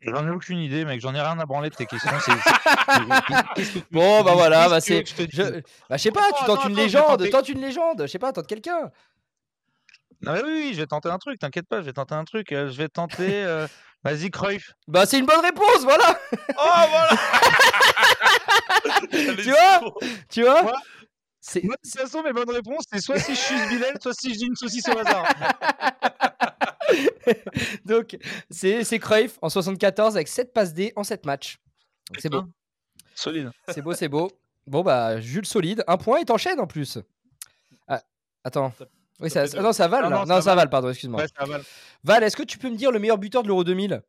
Speaker 3: J'en ai aucune idée, mec. J'en ai rien à branler de tes questions. c'est-
Speaker 2: Bon, bah voilà, bah
Speaker 3: Qu'est-ce
Speaker 2: c'est.
Speaker 3: que tu veux que je
Speaker 2: Je...
Speaker 3: te dise
Speaker 2: Bah, je sais pas, tu
Speaker 3: Attends,
Speaker 2: tentes une
Speaker 3: attends, attends, je vais
Speaker 2: légende,
Speaker 3: tenter.
Speaker 2: tente une légende, je sais pas, tente quelqu'un.
Speaker 3: Non, mais oui, oui, je vais tenter un truc, t'inquiète pas, je vais tenter un truc. euh, je vais tenter. euh, Vas-y, Cruyff.
Speaker 2: Bah, c'est une bonne réponse, voilà
Speaker 3: Oh,
Speaker 2: Tu vois Tu vois
Speaker 3: Moi-
Speaker 2: C'est-
Speaker 3: Moi, de toute façon, mes bonnes réponses, c'est soit si je suis Bilal, soit si je dis une saucisse au hasard.
Speaker 2: Donc, c'est c'est Cruyff en 74 avec 7 passes D en 7 matchs. Donc, C'est beau,
Speaker 3: Solide.
Speaker 2: c'est beau, c'est beau. Bon, bah, Jules solide, un point et t'enchaînes en plus. Ah, attends. Oui, ça,
Speaker 1: fait deux.
Speaker 2: ah non, ça vale.
Speaker 3: Ah
Speaker 2: là.
Speaker 3: non,
Speaker 2: Non,
Speaker 3: ça
Speaker 2: ça
Speaker 3: vale.
Speaker 2: vale, pardon, excuse-moi.
Speaker 3: Ouais, ça avale.
Speaker 2: Val, est-ce que tu peux me dire le meilleur buteur de l'Euro 2000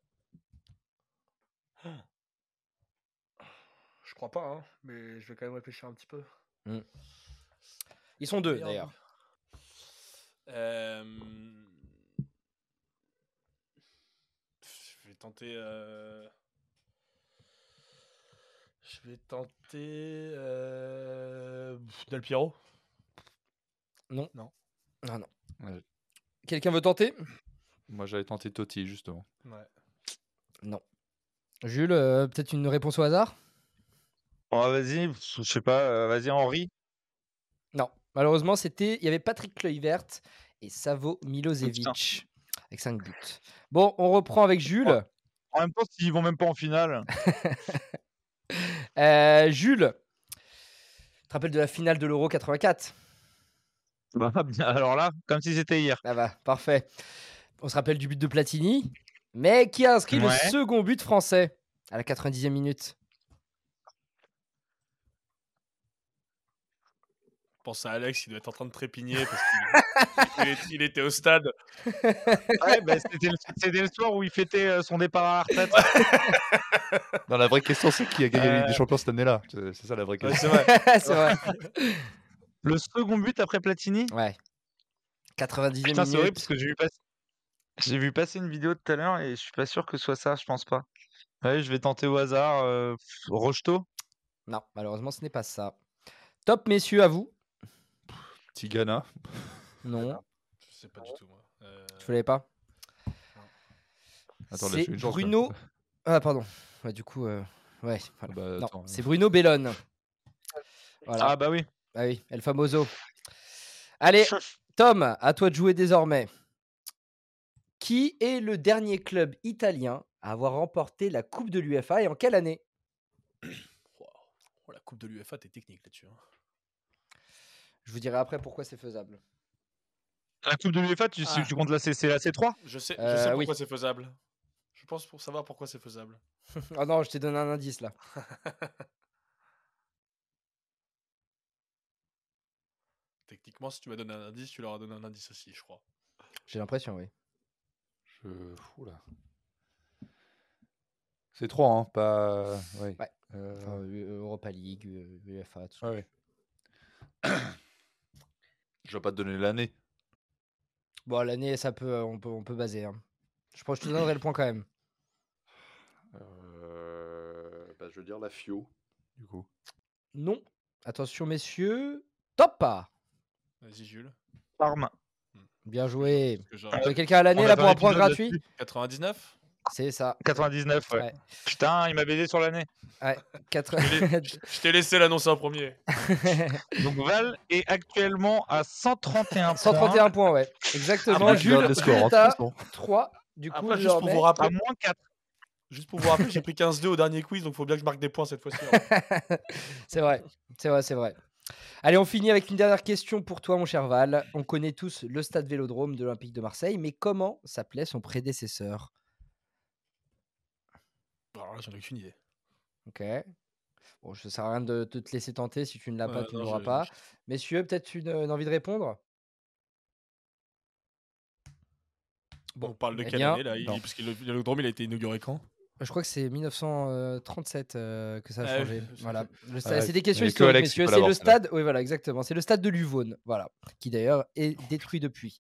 Speaker 1: Je crois pas, hein, mais je vais quand même réfléchir un petit peu.
Speaker 2: Ils sont deux, d'ailleurs.
Speaker 1: Euh, Je vais tenter. euh, Je vais tenter. euh, Del Piero.
Speaker 2: Non, non.
Speaker 4: Ouais.
Speaker 2: Quelqu'un veut tenter
Speaker 4: Moi, j'avais tenté Totti, justement.
Speaker 1: Ouais.
Speaker 2: Jules, euh, peut-être une réponse au hasard
Speaker 3: Bon, bah, vas-y, je sais pas, euh, vas-y, Henri.
Speaker 2: Non, malheureusement, c'était il y avait Patrick Kluivert et Savo Milosevic avec 5 buts. Bon, on reprend avec Jules.
Speaker 3: En même temps, s'ils vont même pas en finale.
Speaker 2: Euh, Jules, tu te rappelles de la finale de l'Euro 84
Speaker 3: Bah, bien, alors là, comme si c'était hier.
Speaker 2: Ah bah, parfait. On se rappelle du but de Platini. mais qui a inscrit le
Speaker 3: Ouais.
Speaker 2: second but français à la 90e minute.
Speaker 1: Je pense à Alex, il doit être en train de trépigner parce qu'il il est- il était au stade.
Speaker 3: Ouais, bah, c'était, le, c'était le soir où il fêtait euh, son départ à la retraite.
Speaker 4: Non, la vraie question, c'est qui a gagné la Ligue
Speaker 3: Euh.
Speaker 4: des Champions cette année-là C'est c'est ça la vraie question.
Speaker 1: c'est vrai.
Speaker 2: C'est vrai.
Speaker 3: Le second but après Platini.
Speaker 2: Ouais. 90e
Speaker 3: Putain, c'est horrible
Speaker 2: minute.
Speaker 3: parce que j'ai vu passer. J'ai vu passer une vidéo tout à l'heure et je suis pas sûr que ce soit ça, je pense pas. Ouais, je vais tenter au hasard. euh, Rocheteau
Speaker 2: Non, malheureusement, ce n'est pas ça. Top, messieurs, à vous.
Speaker 4: Petit Ghana.
Speaker 3: Ah.
Speaker 2: Non,
Speaker 1: Je sais pas du tout, moi. Euh,
Speaker 2: je ne l'avais pas.
Speaker 4: Attends, là,
Speaker 2: C'est
Speaker 4: j'ai une chance, quand même.
Speaker 2: Bruno. Ah, pardon. Ouais, du coup, euh, ouais. voilà.
Speaker 4: Bah,
Speaker 2: Non,
Speaker 4: attends,
Speaker 2: c'est Bruno Bellone. Voilà.
Speaker 3: Ah bah oui.
Speaker 2: Ah oui, El Famoso. Allez, Tom, à toi de jouer désormais. Qui est le dernier club italien à avoir remporté la Coupe de l'UEFA et en quelle année
Speaker 1: wow. Oh, la coupe de l'UFA, t'es technique là-dessus. hein.
Speaker 2: Je vous dirai après pourquoi c'est faisable.
Speaker 3: La Coupe de l'UEFA, tu,
Speaker 1: Ah.
Speaker 3: tu comptes la, C- c'est la C3
Speaker 1: Je sais,
Speaker 2: Euh,
Speaker 1: je sais
Speaker 2: oui.
Speaker 1: pourquoi c'est faisable. Je pense pour savoir pourquoi c'est faisable.
Speaker 2: Oh non, je t'ai donné un indice là.
Speaker 1: Techniquement, si tu m'as donné un indice, tu leur as donné un indice aussi, je crois.
Speaker 2: J'ai l'impression, oui.
Speaker 4: je- oula. C'est 3, hein, pas. Ouais.
Speaker 2: Ouais.
Speaker 4: Euh,
Speaker 2: Enfin, euh, Europa League, euh, UEFA, tout ça.
Speaker 4: ouais, ouais. je vais pas te donner l'année.
Speaker 2: Bon, l'année, ça peut, euh, on peut, on peut baser. hein. Je pense que je te donnerai le point quand même.
Speaker 4: Euh, bah, je veux dire la FIO, du coup.
Speaker 2: Non. Attention, messieurs. Top pas.
Speaker 1: Vas-y, Jules.
Speaker 3: Parme.
Speaker 2: Bien joué.
Speaker 1: Parce que genre,
Speaker 2: Euh, Quelqu'un à l'année
Speaker 3: va
Speaker 2: là
Speaker 3: faire
Speaker 2: pour un point
Speaker 3: l'épisode
Speaker 2: gratuit
Speaker 1: 99
Speaker 2: C'est ça.
Speaker 3: 99, ouais.
Speaker 2: Ouais.
Speaker 3: Putain, il m'a baisé sur l'année.
Speaker 2: Quatre-
Speaker 1: Je t'ai laissé l'annoncer en premier.
Speaker 3: Donc Val est actuellement à 131 points,
Speaker 2: 131 points, ouais. Exactement.
Speaker 3: Ah,
Speaker 4: Je garde
Speaker 2: Jules,
Speaker 4: les scores, hein, de toute
Speaker 2: t'as
Speaker 4: façon.
Speaker 2: 3. Du coup,
Speaker 1: Après, Ah, juste pour
Speaker 2: désormais-
Speaker 1: vous
Speaker 3: à
Speaker 1: rappeler,
Speaker 3: moins 4.
Speaker 1: juste pour vous rappeler, j'ai pris 15-2 au dernier quiz, donc faut bien que je marque des points cette fois-ci. hein.
Speaker 2: C'est vrai, c'est vrai, c'est vrai. Allez, on finit avec une dernière question pour toi, mon cher Val. On connaît tous le stade Vélodrome de l'Olympique de Marseille, mais comment s'appelait son prédécesseur
Speaker 1: Alors là, Bah, j'en ai aucune idée.
Speaker 2: Ok. Bon, je ne sert à rien de, de te laisser tenter. Si tu ne l'as pas,
Speaker 1: Ouais,
Speaker 2: tu
Speaker 1: non,
Speaker 2: ne l'auras
Speaker 1: je-
Speaker 2: pas. Messieurs, peut-être une, une envie de répondre
Speaker 1: Bon, on parle de
Speaker 2: eh
Speaker 1: quelle
Speaker 2: bien,
Speaker 1: année là il,
Speaker 4: non.
Speaker 1: Parce que le Vélodrome, il a été inauguré quand
Speaker 2: Je crois que c'est 1937 euh, que ça a
Speaker 1: Ah oui,
Speaker 2: changé.
Speaker 1: je-
Speaker 2: Voilà. Le
Speaker 4: Ah
Speaker 2: stade-
Speaker 4: oui.
Speaker 2: c'est des questions
Speaker 4: Et que
Speaker 2: historiques,
Speaker 4: Alex, il hein.
Speaker 2: messieurs.
Speaker 4: peut
Speaker 2: C'est le
Speaker 4: l'avoir, celle-là.
Speaker 2: stade. Oui, voilà, exactement. C'est le stade de Luvonne, voilà, qui d'ailleurs est
Speaker 3: Oh,
Speaker 2: détruit depuis.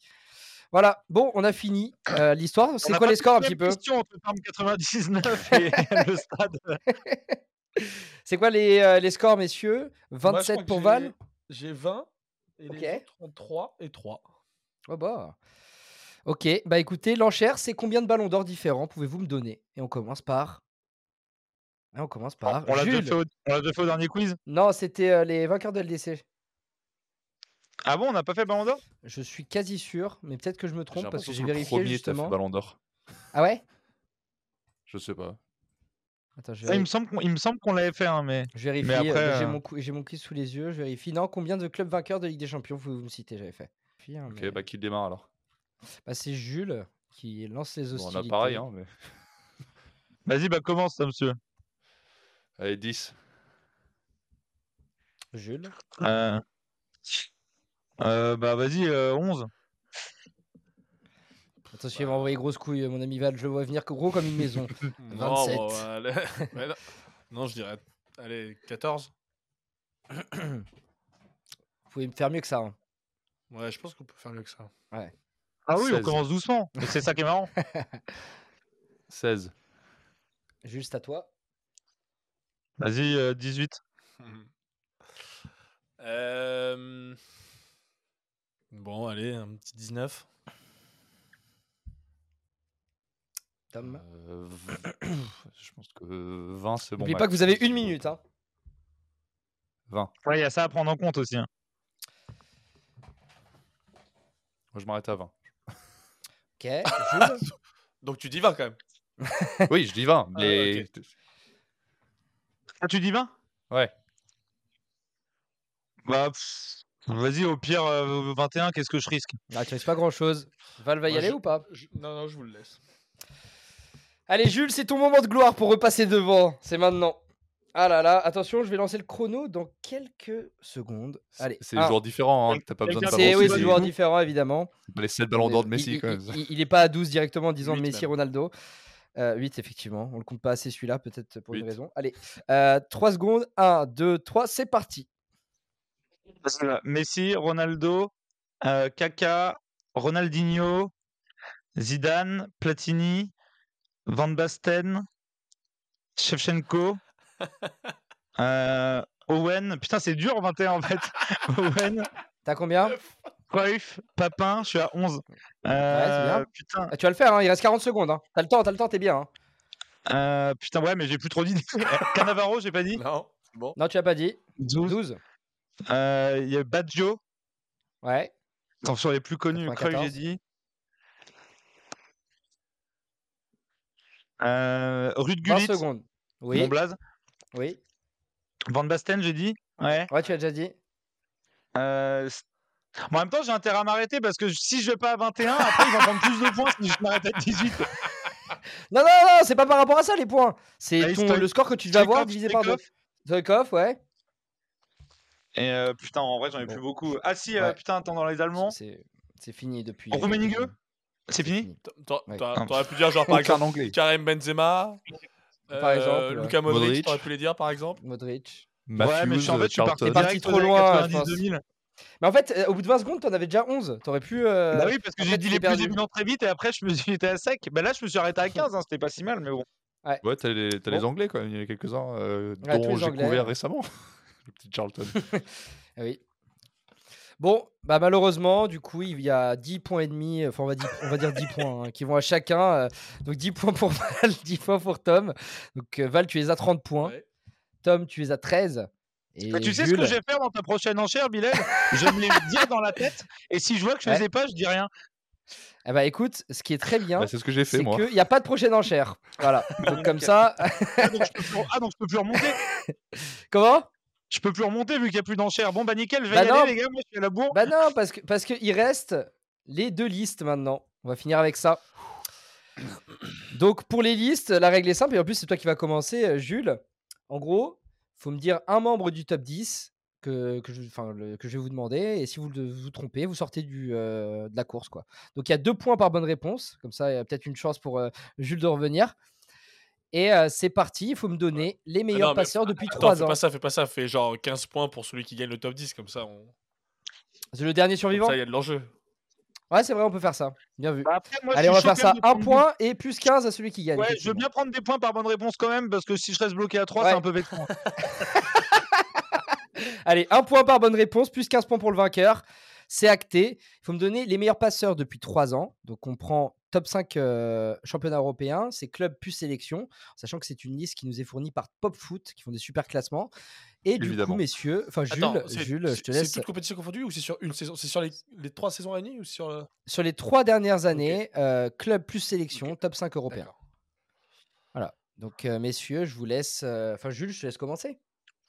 Speaker 2: Voilà. Bon, on a fini euh, l'histoire. C'est
Speaker 3: On a
Speaker 2: quoi
Speaker 3: pas
Speaker 2: les scores un
Speaker 3: fait
Speaker 2: petit
Speaker 3: la
Speaker 2: peu
Speaker 3: question entre Parme 99 et le stade.
Speaker 2: C'est quoi les, euh, les scores, messieurs 27 pour Val.
Speaker 1: J'ai 20 et
Speaker 2: les Ok.
Speaker 1: 33 et 3.
Speaker 2: Oh bah. Ok, bah écoutez, l'enchère, c'est combien de ballons d'or différents pouvez-vous me donner Et on commence par. Et on commence par.
Speaker 3: Oh, On l'a déjà
Speaker 2: Jules.
Speaker 3: fait au- on l'a déjà fait au dernier quiz.
Speaker 2: Non, c'était euh, les vainqueurs de LDC.
Speaker 3: Ah bon, on n'a pas fait le Ballon d'Or
Speaker 2: Je suis quasi sûr, mais peut-être que je me trompe parce que
Speaker 4: l'impression
Speaker 2: j'ai
Speaker 4: le
Speaker 2: vérifié
Speaker 4: premier, t'as
Speaker 2: justement.
Speaker 4: fait Ballon d'Or.
Speaker 2: Ah ouais
Speaker 4: Je sais pas.
Speaker 2: Attends, je
Speaker 3: Ah, Il me
Speaker 2: vérifie.
Speaker 3: semble qu'on il me semble qu'on l'avait fait, hein, mais.
Speaker 2: Je vérifie,
Speaker 3: Mais
Speaker 2: euh,
Speaker 3: après,
Speaker 2: j'ai
Speaker 3: euh,
Speaker 2: mon, cou- j'ai mon quiz sous les yeux, je vérifie. Non, combien de clubs vainqueurs de Ligue des Champions vous, vous me citez J'avais fait. Puis, hein,
Speaker 4: Ok,
Speaker 2: mais-
Speaker 4: bah qui démarre alors
Speaker 2: bah, c'est Jules qui lance les
Speaker 4: Bon, On
Speaker 2: hostilités.
Speaker 4: a pareil, hein, mais.
Speaker 3: Vas-y, bah commence, ça, monsieur.
Speaker 4: Allez, 10.
Speaker 2: Jules.
Speaker 4: Bah.
Speaker 3: Euh, euh, bah vas-y, euh, 11.
Speaker 2: Attention, il va envoyer grosse couille, euh, mon ami Val. Je le vois venir que- gros comme une maison.
Speaker 1: Non,
Speaker 2: 27.
Speaker 1: bon, bah, allez. Ouais, non. non, je dirais. Allez, 14
Speaker 2: Vous pouvez me faire mieux que ça. hein.
Speaker 1: Ouais, je pense qu'on peut faire mieux que ça.
Speaker 3: Ah oui, on
Speaker 4: 16.
Speaker 3: commence doucement. mais C'est ça qui est marrant.
Speaker 4: 16.
Speaker 2: Jules, c'est à toi.
Speaker 3: Vas-y, euh, 18.
Speaker 1: Euh, Bon, allez, un petit 19.
Speaker 2: Tom.
Speaker 4: Euh, v- je pense que 20, c'est bon. bah,
Speaker 2: N'oubliez
Speaker 4: max.
Speaker 2: pas que vous avez une minute. hein.
Speaker 4: 20.
Speaker 3: Ouais, il y a ça à prendre en compte aussi. hein.
Speaker 4: Moi, je m'arrête à 20.
Speaker 2: Ok, Jules.
Speaker 1: Donc tu dis 20 quand même.
Speaker 4: oui, je dis 20, mais.
Speaker 1: ouais,
Speaker 3: Ah, tu dis 20
Speaker 4: Ouais.
Speaker 3: Bah, pff, vas-y, au pire, euh, 21, qu'est-ce que je risque
Speaker 2: Ah, tu risques pas grand-chose. Val va y
Speaker 1: Moi,
Speaker 2: aller
Speaker 1: je-
Speaker 2: ou pas
Speaker 1: Non, non, je vous le laisse.
Speaker 2: Allez, Jules, c'est ton moment de gloire pour repasser devant. C'est maintenant. Ah là là, attention, je vais lancer le chrono dans quelques secondes. Allez, Ah.
Speaker 4: C'est des joueurs différents, hein, t'as pas besoin de
Speaker 2: c'est oui,
Speaker 4: balancer
Speaker 2: c'est
Speaker 4: les-
Speaker 2: joueur différent, évidemment. Euh,
Speaker 4: les 7 ballons d'or de Messi,
Speaker 2: Il-
Speaker 4: quand
Speaker 2: il-
Speaker 4: même.
Speaker 2: Il il est pas à 12 directement en disant
Speaker 1: Huit,
Speaker 2: Messi,
Speaker 1: même.
Speaker 2: Ronaldo. 8, effectivement. On le compte pas assez celui-là, peut-être pour une
Speaker 4: Huit.
Speaker 2: raison. Allez, 3 secondes. 1, 2, 3, c'est parti.
Speaker 3: Voilà. Messi, Ronaldo, euh, Kaka, Ronaldinho, Zidane, Platini, Van Basten, Shevchenko, euh, Owen. Putain, c'est dur 21 en fait. Owen,
Speaker 2: T'as combien
Speaker 3: Cruyff, Papin, je suis à 11. Euh,
Speaker 2: bien.
Speaker 3: putain,
Speaker 2: Ah, Tu vas le faire, hein, il reste 40 secondes. hein. T'as le temps, t'as le temps, t'es bien. hein.
Speaker 3: euh, putain, ouais, mais j'ai plus trop d'idées. Canavaro, j'ai pas dit.
Speaker 1: Non, c'est bon.
Speaker 2: Non, tu as pas dit.
Speaker 3: 12.
Speaker 2: 12.
Speaker 3: Euh, Il y a Baggio.
Speaker 2: Ouais.
Speaker 3: Attends, sur les plus connus, Cruyff,
Speaker 2: 94.
Speaker 3: j'ai dit. Euh, Ruud
Speaker 2: 20
Speaker 3: Gullit,
Speaker 2: secondes. Oui.
Speaker 3: mon blaze.
Speaker 2: Oui.
Speaker 3: Van Basten, j'ai dit. Ouais.
Speaker 2: Ouais, tu as déjà dit.
Speaker 3: Euh, c- en même temps, j'ai intérêt à m'arrêter parce que si je vais pas à 21, après, ils vont prendre plus de points si je m'arrête à 18.
Speaker 2: Non, non, non, c'est pas par rapport à ça les points. C'est
Speaker 3: Allez,
Speaker 2: ton-
Speaker 3: Stoï-
Speaker 2: le score que tu vas avoir
Speaker 3: Stoïkov,
Speaker 2: divisé par deux.
Speaker 3: Stoïkov.
Speaker 2: Stoïkov, ouais.
Speaker 3: Et euh, putain, en vrai, j'en ai plus beaucoup. Ah si, euh,
Speaker 2: Ouais.
Speaker 3: putain, attends, dans les Allemands,
Speaker 2: C'est c'est fini depuis. euh,
Speaker 3: Rummenigge
Speaker 2: depuis-
Speaker 3: c'est fini
Speaker 1: T'aurais
Speaker 2: Ouais.
Speaker 1: t'aurais- t'aurais pu dire, genre, par
Speaker 4: Aucun
Speaker 1: exemple,
Speaker 4: anglais.
Speaker 1: Karim Benzema, euh,
Speaker 2: Par exemple, ouais.
Speaker 1: Luka Modric,
Speaker 4: Modric.
Speaker 1: t'aurais pu les dire, par exemple.
Speaker 2: Modric.
Speaker 3: Ouais, mais je suis en fait, je suis parti
Speaker 4: euh, Charlton.
Speaker 2: par-
Speaker 3: direct
Speaker 2: trop
Speaker 3: aux années
Speaker 2: loin, je
Speaker 3: 90,
Speaker 2: pense.
Speaker 3: 2000.
Speaker 2: Mais en fait, euh, au bout de 20 secondes, t'en avais déjà 11. T'aurais pu. euh,
Speaker 3: Bah oui, parce que
Speaker 2: après,
Speaker 3: j'ai
Speaker 2: tu
Speaker 3: dit
Speaker 2: t'es
Speaker 3: les plus
Speaker 2: perdu.
Speaker 3: évidents très vite et après, je me suis été à sec. Bah là, je me suis arrêté à 15, hein, c'était pas si mal, mais bon.
Speaker 4: Ouais, t'as les, t'as les
Speaker 2: Bon.
Speaker 4: anglais, quand même. Il y en a quelques-uns euh,
Speaker 2: Ouais, tous
Speaker 4: dont
Speaker 2: les
Speaker 4: j'ai
Speaker 2: Anglais.
Speaker 4: couvert récemment. le petit Charlton.
Speaker 2: Ah Oui. Bon, bah malheureusement, du coup, il y a 10 points et demi, euh, enfin on va dire, on va dire 10 points hein, qui vont à chacun. euh, donc 10 points pour Val, 10 points pour Tom. Donc euh, Val, tu es à 30 points.
Speaker 1: Ouais.
Speaker 2: Tom, tu es à 13. Et
Speaker 3: Bah, tu sais ce que
Speaker 2: Jules-
Speaker 3: je vais faire dans ta prochaine enchère, Bilal Je vais me les dire dans la tête et si je vois que je
Speaker 2: Ouais.
Speaker 3: les ai pas, je dis rien.
Speaker 2: Eh bah écoute, ce qui est très bien,
Speaker 4: Bah, c'est ce que j'ai fait,
Speaker 2: c'est
Speaker 4: moi.
Speaker 2: qu'il n'y a pas de prochaine enchère. Voilà. Donc comme ça,
Speaker 3: Ah donc, je peux plus... ah, donc je peux plus remonter.
Speaker 2: comment
Speaker 3: Je peux plus remonter vu qu'il n'y a plus d'enchères. Bon bah nickel, je vais
Speaker 2: Bah
Speaker 3: y
Speaker 2: non.
Speaker 3: aller les gars, moi je suis à la bourre.
Speaker 2: Bah non, parce que parce qu'il reste les deux listes maintenant. On va finir avec ça. Donc pour les listes, la règle est simple, et en plus c'est toi qui vas commencer, euh, Jules. En gros, faut me dire un membre du top 10 que, que, je, enfin, le- que je vais vous demander, et si vous le- vous trompez, vous sortez du, euh, de la course. quoi. Donc il y a deux points par bonne réponse, comme ça il y a peut-être une chance pour euh, Jules de revenir. Et euh, c'est parti, il faut me donner les meilleurs
Speaker 1: Ah non, mais-
Speaker 2: passeurs depuis
Speaker 1: Attends,
Speaker 2: 3
Speaker 1: fais
Speaker 2: ans.
Speaker 1: pas ça, fais pas ça. Fais genre 15 points pour celui qui gagne le top 10, comme ça, on...
Speaker 2: C'est le dernier
Speaker 1: comme
Speaker 2: survivant
Speaker 1: ça, il y a de l'enjeu.
Speaker 2: Ouais, c'est vrai, on peut faire ça. Bien vu.
Speaker 3: Bah, après, moi, je
Speaker 2: Allez, on
Speaker 3: suis
Speaker 2: va faire
Speaker 3: chaud
Speaker 2: ça.
Speaker 3: quand même de
Speaker 2: Un
Speaker 3: prendre
Speaker 2: point et plus 15 à celui qui
Speaker 3: des-
Speaker 2: gagne.
Speaker 3: Ouais, je veux bien prendre des points par bonne réponse quand même parce que si je reste bloqué à 3,
Speaker 2: Ouais.
Speaker 3: c'est un peu vexant.
Speaker 2: effectivement. Allez, un point par bonne réponse, plus 15 points pour le vainqueur. C'est acté. Il faut me donner les meilleurs passeurs depuis 3 ans. Donc, on prend top 5 euh, championnat européen, c'est club plus sélection, sachant que c'est une liste qui nous est fournie par Pop Foot, qui font des super classements. Et du
Speaker 4: Évidemment.
Speaker 2: coup, messieurs, enfin Jules,
Speaker 1: Attends, c'est-
Speaker 2: Jules, je
Speaker 1: c'est-
Speaker 2: te
Speaker 1: C'est
Speaker 2: laisse.
Speaker 1: toute compétition confondue ou c'est sur une saison C'est sur les, les trois saisons réunies ou sur euh, le...
Speaker 2: Sur les 3 dernières années, euh, club plus sélection, top 5 européen.
Speaker 1: D'accord.
Speaker 2: Donc, euh, messieurs, je vous laisse. euh, Enfin, Jules, je te laisse commencer.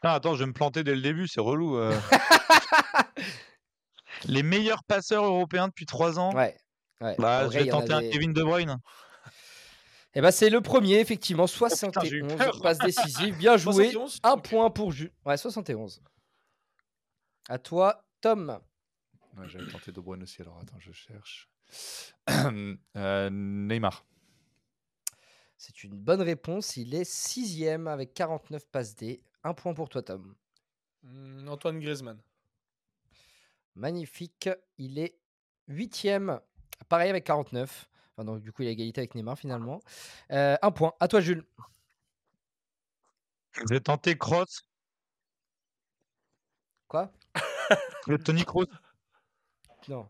Speaker 3: Ah, attends, je vais me planter dès le début, c'est relou. euh. les meilleurs passeurs européens depuis 3 ans.
Speaker 2: Ouais. ouais.
Speaker 3: Bah,
Speaker 2: En
Speaker 3: je
Speaker 2: vrai,
Speaker 3: vais
Speaker 2: il y en
Speaker 3: tenter
Speaker 2: avait-
Speaker 3: un Kevin De Bruyne.
Speaker 2: Eh ben, c'est le premier, effectivement,
Speaker 3: Oh, putain, j'ai eu
Speaker 2: 71
Speaker 3: peur.
Speaker 2: passes décisives, bien joué.
Speaker 1: 71?
Speaker 2: Un point pour Jules. Ouais, 71. À toi, Tom.
Speaker 4: Ouais, J'avais tenté De Bruyne aussi, alors attends, je cherche. Euh, Neymar.
Speaker 2: C'est une bonne réponse. Il est sixième avec 49 passes D. Un point pour toi, Tom.
Speaker 1: Hmm, Antoine Griezmann.
Speaker 2: Magnifique. Il est huitième, pareil avec 49. Enfin, donc, du coup, il a égalité avec Neymar finalement. Euh, un point. À toi, Jules.
Speaker 3: Je vais tenter Kroos.
Speaker 2: Quoi
Speaker 3: Le Tony Kroos.
Speaker 2: Non.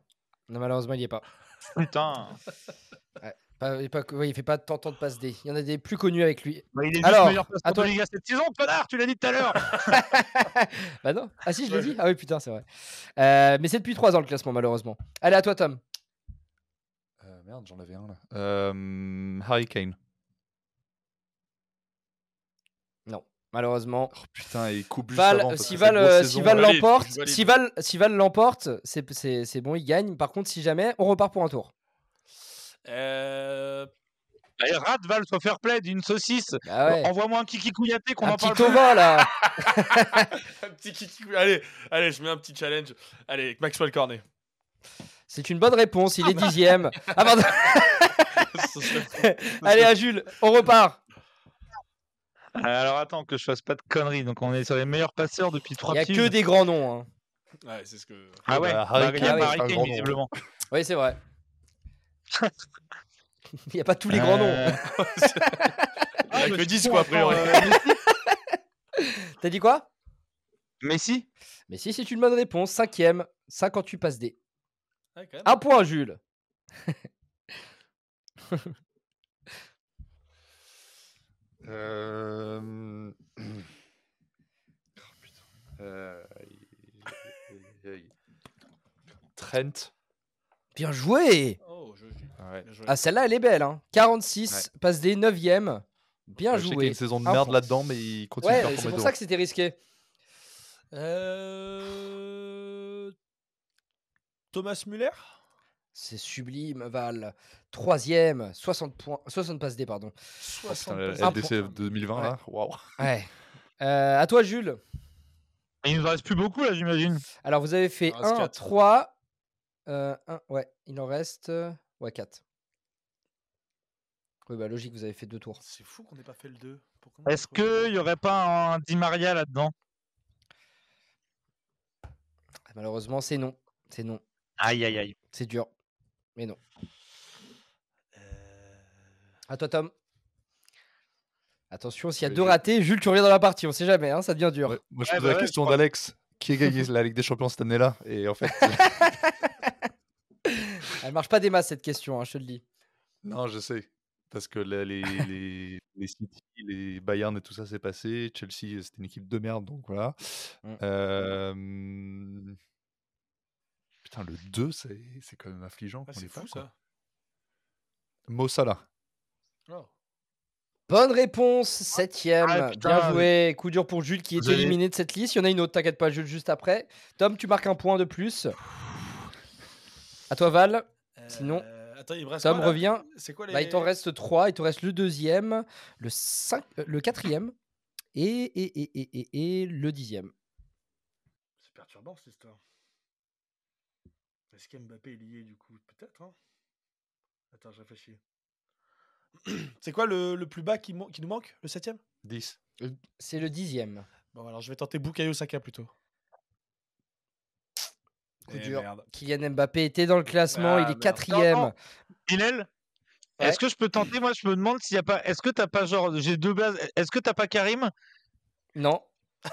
Speaker 2: Non, malheureusement, il n'y est pas.
Speaker 3: Putain.
Speaker 2: Pas- il est pas- ouais, il fait pas tant, tant de passes D. Il y en a des plus connus avec lui.
Speaker 3: Bah, il est
Speaker 2: Alors,
Speaker 3: juste meilleur
Speaker 2: à
Speaker 3: passeur
Speaker 2: toi.
Speaker 3: de Ligue 1 cette saison, connard, tu l'as dit tout à l'heure.
Speaker 2: Bah non. Ah si, je l'ai
Speaker 1: Ouais.
Speaker 2: dit. Ah oui, putain, c'est vrai. Euh, mais c'est depuis 3 ans le classement, malheureusement. Allez, à toi, Tom.
Speaker 4: Euh, merde, j'en avais un là. Euh, Harry Kane.
Speaker 2: Malheureusement.
Speaker 4: Oh putain, il coupe juste
Speaker 2: Val,
Speaker 4: avant. parce
Speaker 2: si
Speaker 4: que c'est
Speaker 2: Val,
Speaker 4: grosse
Speaker 2: euh,
Speaker 4: saison,
Speaker 2: si Val
Speaker 4: là.
Speaker 1: valide, je
Speaker 2: l'emporte,
Speaker 1: valide.
Speaker 2: si Val, si Val l'emporte, c'est- c'est c'est bon, il gagne. Par contre, si jamais, on repart pour un tour.
Speaker 1: Euh,
Speaker 3: Eh, Radval, sois fair play, d'une saucisse.
Speaker 2: Ah ouais.
Speaker 3: Envoie-moi un kiki couillaté qu'on
Speaker 2: Un
Speaker 3: en
Speaker 2: petit
Speaker 3: parle
Speaker 2: Tova là.
Speaker 1: Un petit kiki. Allez, allez, je mets un petit challenge. Allez, avec Maxwell Cornet.
Speaker 2: C'est une bonne réponse. Il est dixième. Ah pardon.
Speaker 1: Ce serait-
Speaker 2: Allez à Jules. On repart.
Speaker 3: plus. Euh, Alors attends, que je fasse pas de conneries. Donc on est sur les meilleurs passeurs depuis
Speaker 2: Il
Speaker 3: trois
Speaker 2: n'y a
Speaker 3: petits.
Speaker 2: que des grands noms. hein.
Speaker 1: Ouais, c'est ce que.
Speaker 3: Ah ouais,
Speaker 4: Bah,
Speaker 3: bah,
Speaker 4: Harry
Speaker 3: regarde,
Speaker 2: Kane,
Speaker 3: Harry
Speaker 4: c'est un
Speaker 3: Kane,
Speaker 4: grand nom.
Speaker 3: visiblement.
Speaker 2: Oui, c'est vrai. Il n'y a pas tous les grands noms.
Speaker 1: Il
Speaker 3: Euh,
Speaker 2: Ah,
Speaker 1: y en a
Speaker 3: bah,
Speaker 1: que
Speaker 3: je
Speaker 1: 10
Speaker 3: suis
Speaker 1: quoi, a
Speaker 3: con,
Speaker 1: priori.
Speaker 3: attends, euh,
Speaker 2: T'as dit quoi
Speaker 3: Messi
Speaker 2: Mais si, c'est une bonne réponse. Cinquième. 58 passes D.
Speaker 1: Ouais, quand même.
Speaker 2: Un point, Jules.
Speaker 4: Euh... oh, putain. Euh, aïe, aïe, aïe, aïe. Trent.
Speaker 2: Bien joué.
Speaker 1: Oh, je-
Speaker 4: Ouais.
Speaker 1: bien joué.
Speaker 2: Ah, celle-là, elle est belle. hein. 46 passes D, neuvième. Bien
Speaker 4: Je sais qu'il y a
Speaker 2: joué.
Speaker 4: une saison de
Speaker 2: Un
Speaker 4: merde
Speaker 2: point.
Speaker 4: là-dedans, mais il continue de
Speaker 2: Ouais,
Speaker 4: performer
Speaker 2: c'est pour
Speaker 4: de
Speaker 2: ça que c'était risqué.
Speaker 1: Euh, Thomas Muller
Speaker 2: C'est sublime, Val. Troisième, 60 points, 60 passes D, pardon.
Speaker 4: haut. Putain,
Speaker 1: 60
Speaker 4: le
Speaker 1: postes.
Speaker 4: LDC 2020 là, waouh.
Speaker 2: Ouais. Euh, à toi, Jules.
Speaker 3: Il nous en reste plus beaucoup là, j'imagine.
Speaker 2: Alors, vous avez fait
Speaker 1: Il
Speaker 4: Ah,
Speaker 1: en reste
Speaker 2: 1,
Speaker 1: quatre.
Speaker 2: 3. ouais, il en reste. euh, Ouais, 4. Oui, bah logique, vous avez fait deux tours.
Speaker 1: C'est fou qu'on n'ait pas fait le 2.
Speaker 3: Est-ce qu'il y aurait pas un Di Maria là-dedans
Speaker 2: Malheureusement, c'est non. C'est non.
Speaker 3: Aïe, aïe, aïe.
Speaker 2: C'est dur. Mais non.
Speaker 1: Euh,
Speaker 2: À toi, Tom. Attention, s'il y a
Speaker 4: Mais
Speaker 2: deux
Speaker 4: je-
Speaker 2: ratés, Jules, tu reviens dans la partie. On sait jamais, hein, ça devient dur.
Speaker 4: Ouais, Moi je
Speaker 3: Ouais,
Speaker 4: posais
Speaker 3: bah
Speaker 4: la
Speaker 3: ouais,
Speaker 4: question d'Alex. Qui a gagné la Ligue des Champions cette année-là Et en fait,
Speaker 2: Elle marche pas des masses, cette question, hein, je te le dis.
Speaker 4: non, je sais. Parce que là, les, les, les City, les Bayern et tout ça s'est passé. Chelsea, euh, c'était une équipe de merde, donc voilà.
Speaker 2: Mm.
Speaker 4: Mmh. Euh, Putain, le 2, c'est Ah, c'est quand même affligeant. qu'on
Speaker 1: c'est
Speaker 4: l'ait
Speaker 1: fou
Speaker 4: pas, quoi.
Speaker 1: ça.
Speaker 4: Mo Salah.
Speaker 1: Oh.
Speaker 2: Bonne réponse, septième.
Speaker 3: Ah, putain,
Speaker 2: Bien joué. Coup dur pour Jules qui est
Speaker 3: Vous avez-
Speaker 2: éliminé de cette liste. Il y en a une autre, t'inquiète pas, Jules, juste après. Tom, tu marques un point de plus. À toi, Val. Sinon,
Speaker 1: Euh, Attends, il me reste
Speaker 2: Tom
Speaker 1: quoi, là
Speaker 2: revient.
Speaker 1: C'est quoi les.
Speaker 2: Bah, il t'en reste trois. Il t'en reste le deuxième, le, cinq, euh, le quatrième et, et, et, et, et, et le dixième.
Speaker 1: C'est perturbant cette histoire. Est-ce qu'Mbappé est lié du coup Peut-être, hein Attends, je réfléchis. C'est quoi le, le plus bas qui, mo- qui nous manque Le septième
Speaker 4: 10.
Speaker 2: C'est le dixième.
Speaker 1: Bon, alors je vais tenter Bukayo Saka plutôt.
Speaker 2: Coup
Speaker 1: Eh
Speaker 2: dur.
Speaker 1: merde.
Speaker 2: Kylian Mbappé était dans le classement.
Speaker 1: Ah,
Speaker 2: il est
Speaker 1: merde.
Speaker 2: quatrième.
Speaker 3: Non, non. Bilal
Speaker 2: Ouais.
Speaker 3: Est-ce que je peux tenter Moi, je me demande s'il y a pas. Est-ce que t'as pas genre. J'ai deux bases. Est-ce que t'as pas Karim
Speaker 2: Non,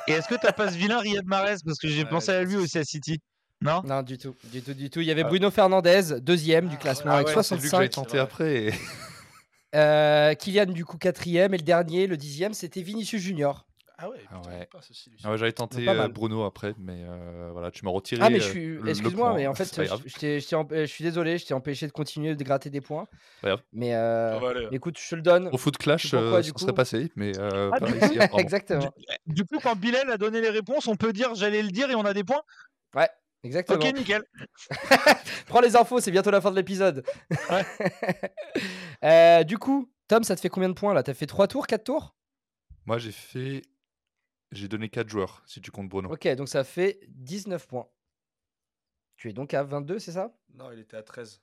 Speaker 3: Et est-ce que t'as pas ce vilain Riyad Mahrez Parce que j'ai
Speaker 1: Ouais,
Speaker 3: pensé à lui aussi à City. Non
Speaker 2: non, du tout. Du tout, du tout. Il y avait Bruno Fernandez, deuxième du classement
Speaker 1: Ah
Speaker 2: avec
Speaker 1: ouais,
Speaker 4: C'est lui que
Speaker 2: 65.
Speaker 4: j'avais
Speaker 1: c'est
Speaker 4: tenté
Speaker 1: vrai.
Speaker 4: après. et-
Speaker 2: Euh, Kylian, du coup, quatrième. Et le dernier, le dixième, c'était Vinicius Junior.
Speaker 1: Ah ouais,
Speaker 4: Ah
Speaker 1: putain,
Speaker 4: ouais.
Speaker 1: il passe aussi, lui.
Speaker 4: Ah ouais, j'avais tenté
Speaker 2: pas
Speaker 4: euh,
Speaker 2: mal.
Speaker 4: Bruno après, mais euh, voilà, tu m'as retiré.
Speaker 2: Ah, mais
Speaker 4: euh,
Speaker 2: je suis.
Speaker 4: le
Speaker 2: Excuse-moi,
Speaker 4: point.
Speaker 2: mais en fait,
Speaker 4: C'est pas
Speaker 2: je,
Speaker 4: grave.
Speaker 2: je t'ai- je t'ai emp- euh, je suis désolé, je t'ai empêché de continuer de gratter des points.
Speaker 4: pas grave.
Speaker 2: Mais euh,
Speaker 1: Ah bah, allez.
Speaker 2: écoute, je te le donne.
Speaker 4: Au foot
Speaker 2: Je
Speaker 4: clash,
Speaker 2: sais pas
Speaker 4: euh,
Speaker 2: pourquoi,
Speaker 4: ça
Speaker 2: du
Speaker 4: serait
Speaker 2: coup.
Speaker 4: passé, mais euh,
Speaker 3: Ah,
Speaker 4: pas
Speaker 3: du
Speaker 4: ici, apparemment.
Speaker 2: Exactement.
Speaker 3: Du coup, quand Bilal a donné les réponses, on peut dire j'allais le dire et on a des points.
Speaker 2: Exactement.
Speaker 3: Ok, nickel.
Speaker 2: Prends les infos, c'est bientôt la fin de l'épisode. Euh, du coup, Tom, ça te fait combien de points là T'as fait 3 tours, 4 tours
Speaker 4: Moi, j'ai fait. J'ai donné 4 joueurs, si tu comptes Bruno.
Speaker 2: Ok, donc ça fait 19 points. Tu es donc à 22, c'est ça
Speaker 1: Non, il était à 13.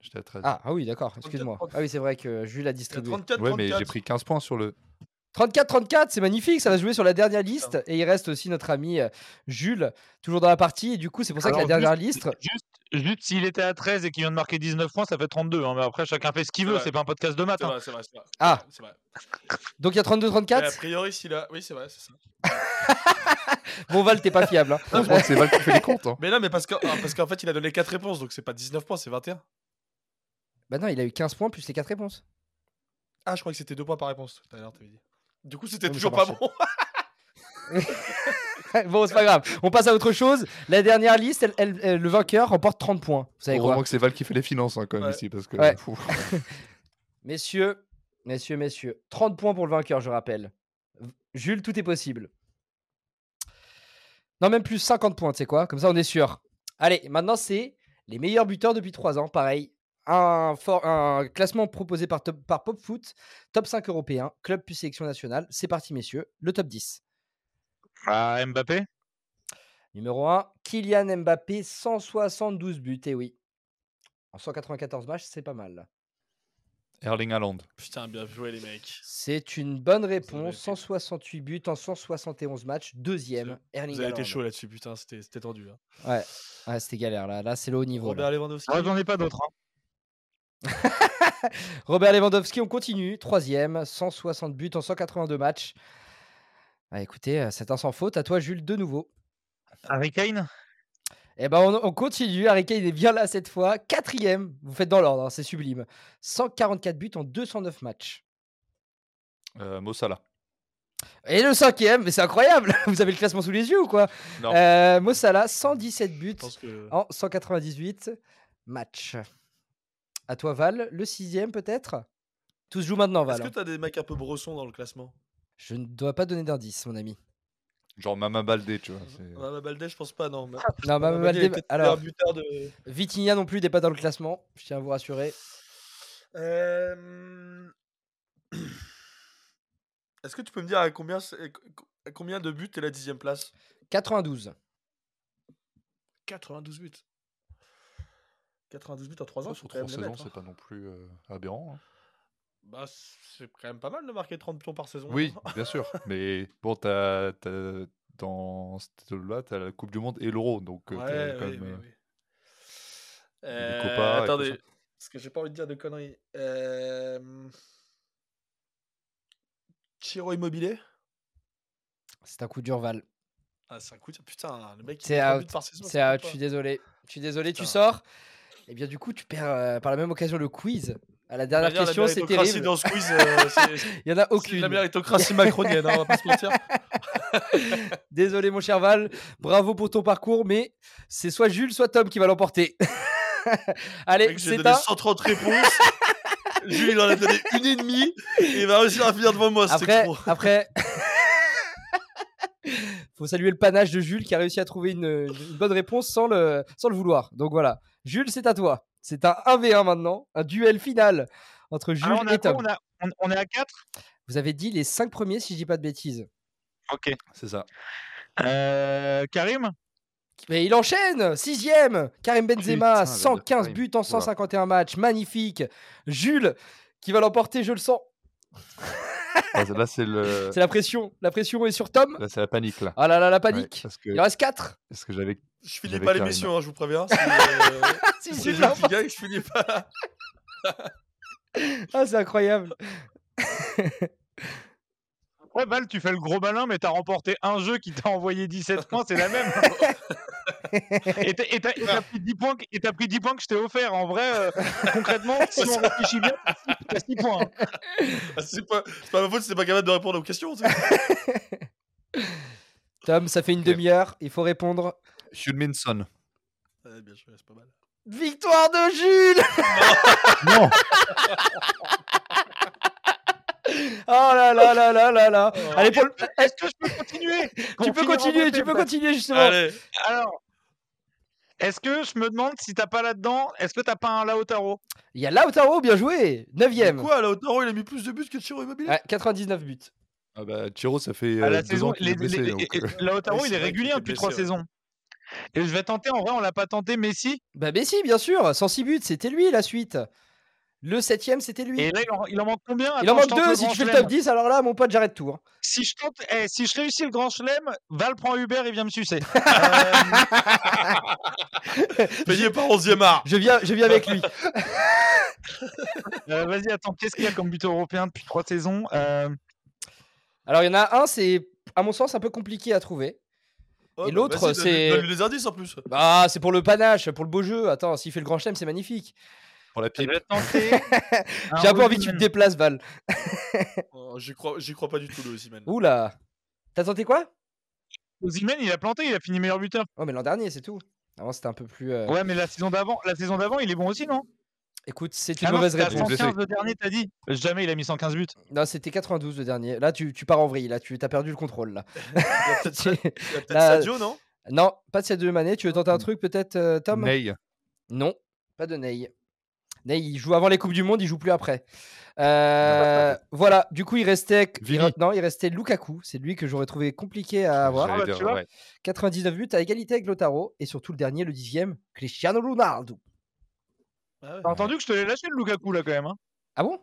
Speaker 4: J'étais à 13.
Speaker 2: ah, ah oui, d'accord, excuse-moi. Ah oui, c'est vrai que Jules a
Speaker 1: Il a
Speaker 2: distribué.
Speaker 1: 34,
Speaker 4: ouais, mais j'ai
Speaker 1: 34.
Speaker 4: pris 15 points sur le.
Speaker 2: 34-34, c'est magnifique, ça va se jouer sur la dernière liste. Et il reste aussi notre ami euh, Jules, toujours dans la partie. Et du coup, c'est pour ça que
Speaker 3: Alors,
Speaker 2: la dernière liste.
Speaker 3: Juste, juste s'il était à 13 et qu'il vient de marquer 19 points, ça fait 32. hein, Mais après, chacun fait ce qu'il
Speaker 1: C'est
Speaker 3: veut.
Speaker 1: vrai.
Speaker 3: C'est pas un podcast de maths.
Speaker 1: C'est
Speaker 3: hein.
Speaker 1: vrai, c'est vrai, c'est vrai.
Speaker 2: Ah.
Speaker 1: c'est vrai.
Speaker 2: Donc il y a
Speaker 1: Mais a
Speaker 2: 32-34.
Speaker 1: priori, s'il a. Oui, c'est vrai, c'est ça.
Speaker 2: Bon, Val, t'es pas fiable. hein.
Speaker 4: Ah, je pense que c'est Val qui fait les comptes. hein.
Speaker 1: Mais non, mais parce qu'en parce qu'en fait, il a donné 4 réponses, donc c'est pas 19 points, c'est 21.
Speaker 2: Bah non, il a eu 15 points plus les 4 réponses.
Speaker 1: Ah, je crois que c'était 2 points par réponse tout à l'heure, t'avais dit. Du coup, c'était
Speaker 2: Ouais, mais
Speaker 1: toujours
Speaker 2: ça
Speaker 1: pas
Speaker 2: marchait.
Speaker 1: bon.
Speaker 2: bon, c'est pas grave. On passe à autre chose. La dernière liste, elle- elle- elle- le vainqueur remporte 30 points. Vous savez quoi
Speaker 4: Heureusement que c'est Val qui fait les finances hein, quand même
Speaker 1: Ouais.
Speaker 4: ici, parce que.
Speaker 2: Ouais.
Speaker 4: Fou.
Speaker 2: Messieurs, messieurs, messieurs, 30 points pour le vainqueur, je rappelle. V- Jules, tout est possible. Non, même plus 50 points, tu sais quoi Comme ça, on est sûr. Allez, maintenant, c'est les meilleurs buteurs depuis 3 ans. Pareil, un, for- un classement proposé par, top, par PopFoot, top 5 européen, club plus sélection nationale. C'est parti, messieurs, le top 10.
Speaker 3: Ah, Mbappé
Speaker 2: Numéro 1, Kylian Mbappé, 172 buts, et oui. En 194 matchs, c'est pas mal.
Speaker 4: Erling Haaland.
Speaker 6: Putain, bien joué, les mecs.
Speaker 2: C'est une bonne réponse.
Speaker 6: Vous avez
Speaker 2: 168 buts en 171 matchs. Deuxième, Erling
Speaker 6: Vous avez été
Speaker 2: Haaland.
Speaker 6: chaud là-dessus, putain, c'était c'était tendu.
Speaker 1: hein.
Speaker 6: Là.
Speaker 2: Ouais, c'était galère là. Là, c'est le haut niveau. là.
Speaker 6: Robert Lewandowski.
Speaker 3: Moi, j'en ai pas d'autres. hein.
Speaker 2: Robert Lewandowski, on continue. Troisième, 160 buts en 182 matchs. Ah, écoutez, euh, c'est un sans faute. À toi, Jules, de nouveau.
Speaker 3: Harry Kane
Speaker 2: Eh ben, on, on continue. Harry Kane est bien là cette fois. Quatrième, vous faites dans l'ordre, hein, c'est sublime. 144 buts en 209 matchs.
Speaker 4: Euh, Mo Salah.
Speaker 2: Et le cinquième, mais c'est incroyable. Vous avez le classement sous les yeux ou quoi
Speaker 4: Non.
Speaker 2: Euh, Mo Salah, 117 buts
Speaker 6: Je pense que.
Speaker 2: en 198 matchs. À toi, Val. Le sixième, peut-être Tous jouent maintenant, Val.
Speaker 1: Est-ce que
Speaker 2: hein.
Speaker 1: t'as des mecs un peu bressons dans le classement
Speaker 2: Je ne dois pas donner d'indice, mon ami.
Speaker 4: Genre Mama Baldé, tu vois. c'est-
Speaker 1: Mama Baldé, je pense pas, non. Ma-
Speaker 2: Non, bah,
Speaker 1: Mama
Speaker 2: bah,
Speaker 1: Baldé est
Speaker 2: bah,
Speaker 1: peut-être
Speaker 2: Euh. alors,
Speaker 1: meilleur buteur de.
Speaker 2: Vitinha non plus n'est pas dans le classement, je tiens à vous rassurer.
Speaker 1: Euh, Est-ce que tu peux me dire à combien, c'est- à combien de buts est la dixième place
Speaker 2: 92.
Speaker 1: 92 buts. 92 buts en 3 ans,
Speaker 4: Ouais,
Speaker 1: faut
Speaker 4: Sur
Speaker 1: quand même
Speaker 4: trois
Speaker 1: les
Speaker 4: saisons,
Speaker 1: mettre, hein.
Speaker 4: c'est pas non plus euh, aberrant. hein.
Speaker 1: Bah, c'est quand même pas mal de marquer 30 pions par saison. hein.
Speaker 4: Oui, bien sûr. Mais bon, t'as, t'as- dans cette là t'as la Coupe du Monde et l'Euro. Donc, euh,
Speaker 1: Ouais,
Speaker 4: t'as quand
Speaker 1: oui,
Speaker 4: même,
Speaker 1: oui,
Speaker 4: euh,
Speaker 1: oui. Euh,
Speaker 4: copains et tout
Speaker 1: attendez,
Speaker 4: ça.
Speaker 1: parce que j'ai pas envie de dire de conneries. Euh... Chiro Immobilier
Speaker 2: C'est un coup dur, Val.
Speaker 1: Ah, c'est un coup de putain, le mec il
Speaker 2: C'est
Speaker 1: met trois
Speaker 2: out,
Speaker 1: buts par saison,
Speaker 2: C'est,
Speaker 1: c'est
Speaker 2: ah,
Speaker 1: même
Speaker 2: je
Speaker 1: pas-
Speaker 2: suis désolé. Je suis désolé, tu
Speaker 1: Putain.
Speaker 2: sors. Et bien, du coup, tu perds euh, par la même occasion le quiz. À la dernière
Speaker 1: Je veux dire,
Speaker 2: question, c'est
Speaker 1: méritocratie
Speaker 2: terrible.
Speaker 1: dans ce quiz, euh, c'est- c'est
Speaker 2: Il n'y en a
Speaker 1: de la
Speaker 2: aucune.
Speaker 1: méritocratie macronienne, hein, on va pas se mentir.
Speaker 2: Désolé, mon cher Val. Bravo pour ton parcours, mais c'est soit Jules, soit Tom qui va l'emporter. Allez,
Speaker 1: Mec, J'ai
Speaker 2: c'est
Speaker 1: donné
Speaker 2: un.
Speaker 1: 130 réponses. Jules, il en a donné une et demie. Et il va réussir à finir devant moi, c'était
Speaker 2: Après,
Speaker 1: trop.
Speaker 2: après. Faut saluer le panache de Jules qui a réussi à trouver une, une bonne réponse sans le, sans le vouloir. Donc voilà. Jules, c'est à toi. C'est un 1v1 maintenant, un duel final entre Jules
Speaker 3: Ah, on, est
Speaker 2: et
Speaker 3: à quoi
Speaker 2: Tom.
Speaker 3: on, a- on- on est à 4
Speaker 2: Vous avez dit les 5 premiers, si je dis pas de bêtises.
Speaker 3: Ok.
Speaker 4: c'est ça.
Speaker 3: Euh, Karim
Speaker 2: Mais il enchaîne Sixième Karim Benzema,
Speaker 4: Putain,
Speaker 2: 115
Speaker 4: Karim.
Speaker 2: buts en 151 matchs. Magnifique Jules qui va l'emporter, je le sens.
Speaker 4: Ah, Là, c'est, le...
Speaker 2: C'est la pression. La pression est sur Tom.
Speaker 4: là, c'est la panique. Là.
Speaker 2: Ah là là, la
Speaker 4: Ouais,
Speaker 2: panique.
Speaker 4: parce, que,
Speaker 2: Il en reste 4.
Speaker 4: parce que j'avais.
Speaker 1: Je finis
Speaker 4: J'avais
Speaker 1: pas
Speaker 4: Karim.
Speaker 1: l'émission, hein, je vous préviens. Si, euh,
Speaker 3: Ah,
Speaker 2: si,
Speaker 1: si
Speaker 2: Jules
Speaker 1: je
Speaker 2: l'emporte.
Speaker 1: le gagne, je finis pas.
Speaker 2: Ah, c'est incroyable.
Speaker 3: Ouais, Val, tu fais le gros malin, mais t'as remporté un jeu qui t'a envoyé 17 points, c'est la même. et t'as- et t'as et t'as pris, 10 points que- et t'as pris 10 points que je t'ai offert. En vrai, euh, concrètement, si on réfléchit bien, t'as six- t'as 6 points.
Speaker 1: Ah, C'est pas, c'est pas ma faute, c'est pas capable de répondre aux questions. tu sais.
Speaker 2: Tom, ça fait une
Speaker 4: Ok.
Speaker 2: demi-heure, il faut répondre.
Speaker 4: Hudminson.
Speaker 1: Ouais, bien joué, c'est pas mal.
Speaker 2: Victoire de Jules
Speaker 4: Non
Speaker 2: Oh là là là là là là
Speaker 1: Oh.
Speaker 2: Allez, pour le-
Speaker 3: Est-ce que je peux continuer
Speaker 2: tu peux continuer, tu peux continuer justement.
Speaker 1: Allez,
Speaker 3: Alors, est-ce que je me demande si t'as pas là-dedans, est-ce que t'as pas un Lautaro
Speaker 2: Il y a Lautaro, bien joué 9ème
Speaker 1: Quoi, Lautaro, il a mis plus de buts que Chiro Immobilier
Speaker 2: 99 buts.
Speaker 4: Ah bah, Chiro, ça fait
Speaker 3: À
Speaker 4: euh,
Speaker 3: la
Speaker 4: deux
Speaker 3: saison,
Speaker 4: ans qu'il est
Speaker 3: les-
Speaker 4: blessé.
Speaker 3: les-
Speaker 4: donc,
Speaker 3: et-
Speaker 4: euh,
Speaker 3: et Lautaro,
Speaker 1: Oui,
Speaker 3: il
Speaker 1: c'est
Speaker 3: est
Speaker 1: vrai qu'il
Speaker 3: régulier hein,
Speaker 1: était
Speaker 3: depuis 3
Speaker 1: blessé, ouais.
Speaker 3: saisons. Et je vais tenter, en vrai, on l'a pas tenté, Messi.
Speaker 2: Bah mais si, bien sûr, 106 buts, c'était lui la suite. Le septième, c'était lui.
Speaker 3: Et là, il en, il en manque combien
Speaker 2: il en manque
Speaker 3: Attends, je tente
Speaker 2: deux,
Speaker 3: le
Speaker 2: si tu
Speaker 3: grand
Speaker 2: fais le
Speaker 3: chelem.
Speaker 2: top 10, alors là, mon pote, j'arrête tout. hein.
Speaker 3: Si je tente, eh, si je réussis le grand chelem, Val prend Uber et vient me sucer.
Speaker 1: Euh, payé par 11e art.
Speaker 2: Je viens, je viens avec lui.
Speaker 3: Euh, Vas-y, attends, qu'est-ce qu'il y a comme but européen depuis trois saisons Euh,
Speaker 2: Alors il y en a un, c'est à mon sens un peu compliqué à trouver.
Speaker 1: Ouais,
Speaker 2: Et
Speaker 1: bah,
Speaker 2: l'autre,
Speaker 1: vas-y, donne-
Speaker 2: c'est-
Speaker 1: Donne-lui les indices en plus.
Speaker 2: Bah c'est pour le panache, pour le beau jeu. Attends, s'il fait le grand chelem, c'est magnifique.
Speaker 4: pour la
Speaker 3: Je
Speaker 4: pipe.
Speaker 3: vais tenter.
Speaker 2: J'ai un peu envie que tu te
Speaker 3: Rosimène.
Speaker 2: déplaces, Val.
Speaker 1: Oh, J'y crois, j'y crois pas du tout, le Osimhen.
Speaker 2: Oula T'as tenté quoi
Speaker 3: Rosimène, il a planté, il a fini meilleur buteur.
Speaker 2: Oh, mais l'an dernier, c'est tout. Avant, c'était un peu plus. euh,
Speaker 3: Ouais, mais la saison d'avant, la saison d'avant, il est bon aussi, non
Speaker 2: Écoute, c'est une
Speaker 3: Ah non,
Speaker 2: mauvaise
Speaker 3: c'était à
Speaker 2: réponse.
Speaker 4: blessé.
Speaker 3: 115 le dernier, t'as dit. Jamais, il a mis 115 buts.
Speaker 2: Non, c'était 92 le dernier. Là, tu, tu pars en vrille. Là, tu as perdu le contrôle. Là.
Speaker 1: Il y a peut-être Sa-
Speaker 2: Tu-
Speaker 1: il y a peut-être
Speaker 2: Là-
Speaker 1: Sadio, non
Speaker 3: Mm.
Speaker 2: non, pas de ces deux manées. Tu veux tenter un truc, peut-être, euh, Tom
Speaker 4: Ney.
Speaker 2: Non, pas de Ney. Là, il joue avant les Coupes du Monde, il joue plus après. Euh, voilà, du coup, il restait. il
Speaker 4: Vini.
Speaker 2: re- non, il restait Lukaku. C'est lui que j'aurais trouvé compliqué à avoir.
Speaker 4: J'allais
Speaker 3: bah,
Speaker 4: dire,
Speaker 3: tu vois,
Speaker 4: ouais.
Speaker 2: 99 buts à égalité avec Lotaro. Et surtout, le dernier, le dixième, Cristiano Ronaldo.
Speaker 3: T'as entendu que je te l'ai lâché le Lukaku là quand même. Hein
Speaker 2: Ah bon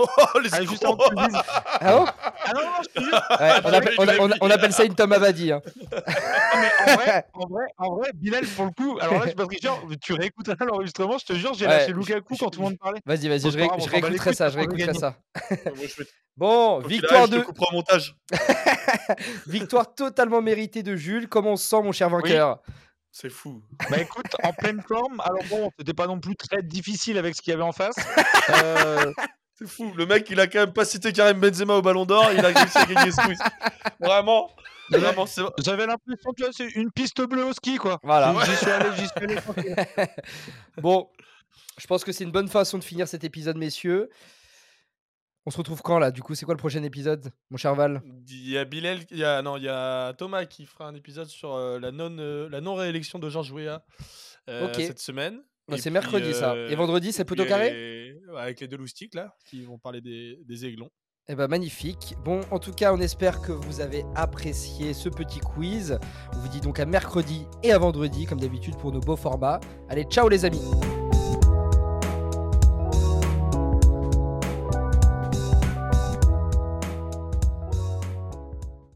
Speaker 1: Oh, les
Speaker 3: Ah, juste
Speaker 1: escrocs.
Speaker 3: avant que tu le dises.
Speaker 2: Ah bon
Speaker 3: Ah non, non, je te jure.
Speaker 2: Ouais, on, appelle, on- on- on appelle ça une Tom Avadi. hein.
Speaker 3: Mais en vrai, en vrai, en vrai, Bilal, pour le coup, alors là, je sais pas ce que je veux dire, tu réécoutes hein, l'enregistrement, je te jure, j'ai
Speaker 2: Ouais,
Speaker 3: lâché
Speaker 2: je-
Speaker 3: Lukaku
Speaker 2: je-
Speaker 3: quand tout le
Speaker 2: je-
Speaker 3: monde parlait.
Speaker 2: Vas-y, vas-y,
Speaker 1: Bon,
Speaker 2: je,
Speaker 1: c'est pas grave, on
Speaker 2: ré- je
Speaker 1: s'en bat les
Speaker 2: réécouterai
Speaker 1: couilles,
Speaker 2: ça, je
Speaker 1: on va
Speaker 2: réécouterai
Speaker 1: gagner.
Speaker 2: ça.
Speaker 1: Moi, je fais-
Speaker 2: Bon,
Speaker 1: Quand tu
Speaker 2: victoire,
Speaker 1: l'as, je
Speaker 2: de,
Speaker 1: te couperai au montage.
Speaker 2: victoire totalement méritée de Jules. Comment on se sent, mon cher vainqueur
Speaker 1: C'est fou.
Speaker 3: Bah écoute, en pleine forme, alors bon, c'était pas non plus très difficile avec ce qu'il y avait en face. Euh,
Speaker 1: C'est fou. Le mec, il a quand même pas cité Karim Benzema au Ballon d'Or. Il a réussi à gagner ce quiz. Vraiment. Vraiment, c'est
Speaker 3: J'avais l'impression que c'est une piste bleue au ski, quoi.
Speaker 2: Voilà.
Speaker 3: J'y suis allé, j'y suis allé. tranquille.
Speaker 2: Bon, je pense que c'est une bonne façon de finir cet épisode, messieurs. On se retrouve quand là Du coup, c'est quoi le prochain épisode, mon cher Val
Speaker 1: Il y a Bilal, il y a, non, il y a Thomas qui fera un épisode sur euh, la non euh, la non réélection de Georges Weah euh,
Speaker 2: Ok.
Speaker 1: cette semaine.
Speaker 2: Non,
Speaker 1: Et
Speaker 2: C'est
Speaker 1: puis,
Speaker 2: mercredi ça.
Speaker 1: euh,
Speaker 2: Et vendredi, c'est
Speaker 1: et puis,
Speaker 2: plutôt carré
Speaker 1: euh, Avec les deux loustiques là, qui vont parler des, des aiglons.
Speaker 2: Eh ben magnifique. Bon, en tout cas, on espère que vous avez apprécié ce petit quiz. On vous dit donc à mercredi et à vendredi, comme d'habitude, pour nos beaux formats. Allez, ciao les amis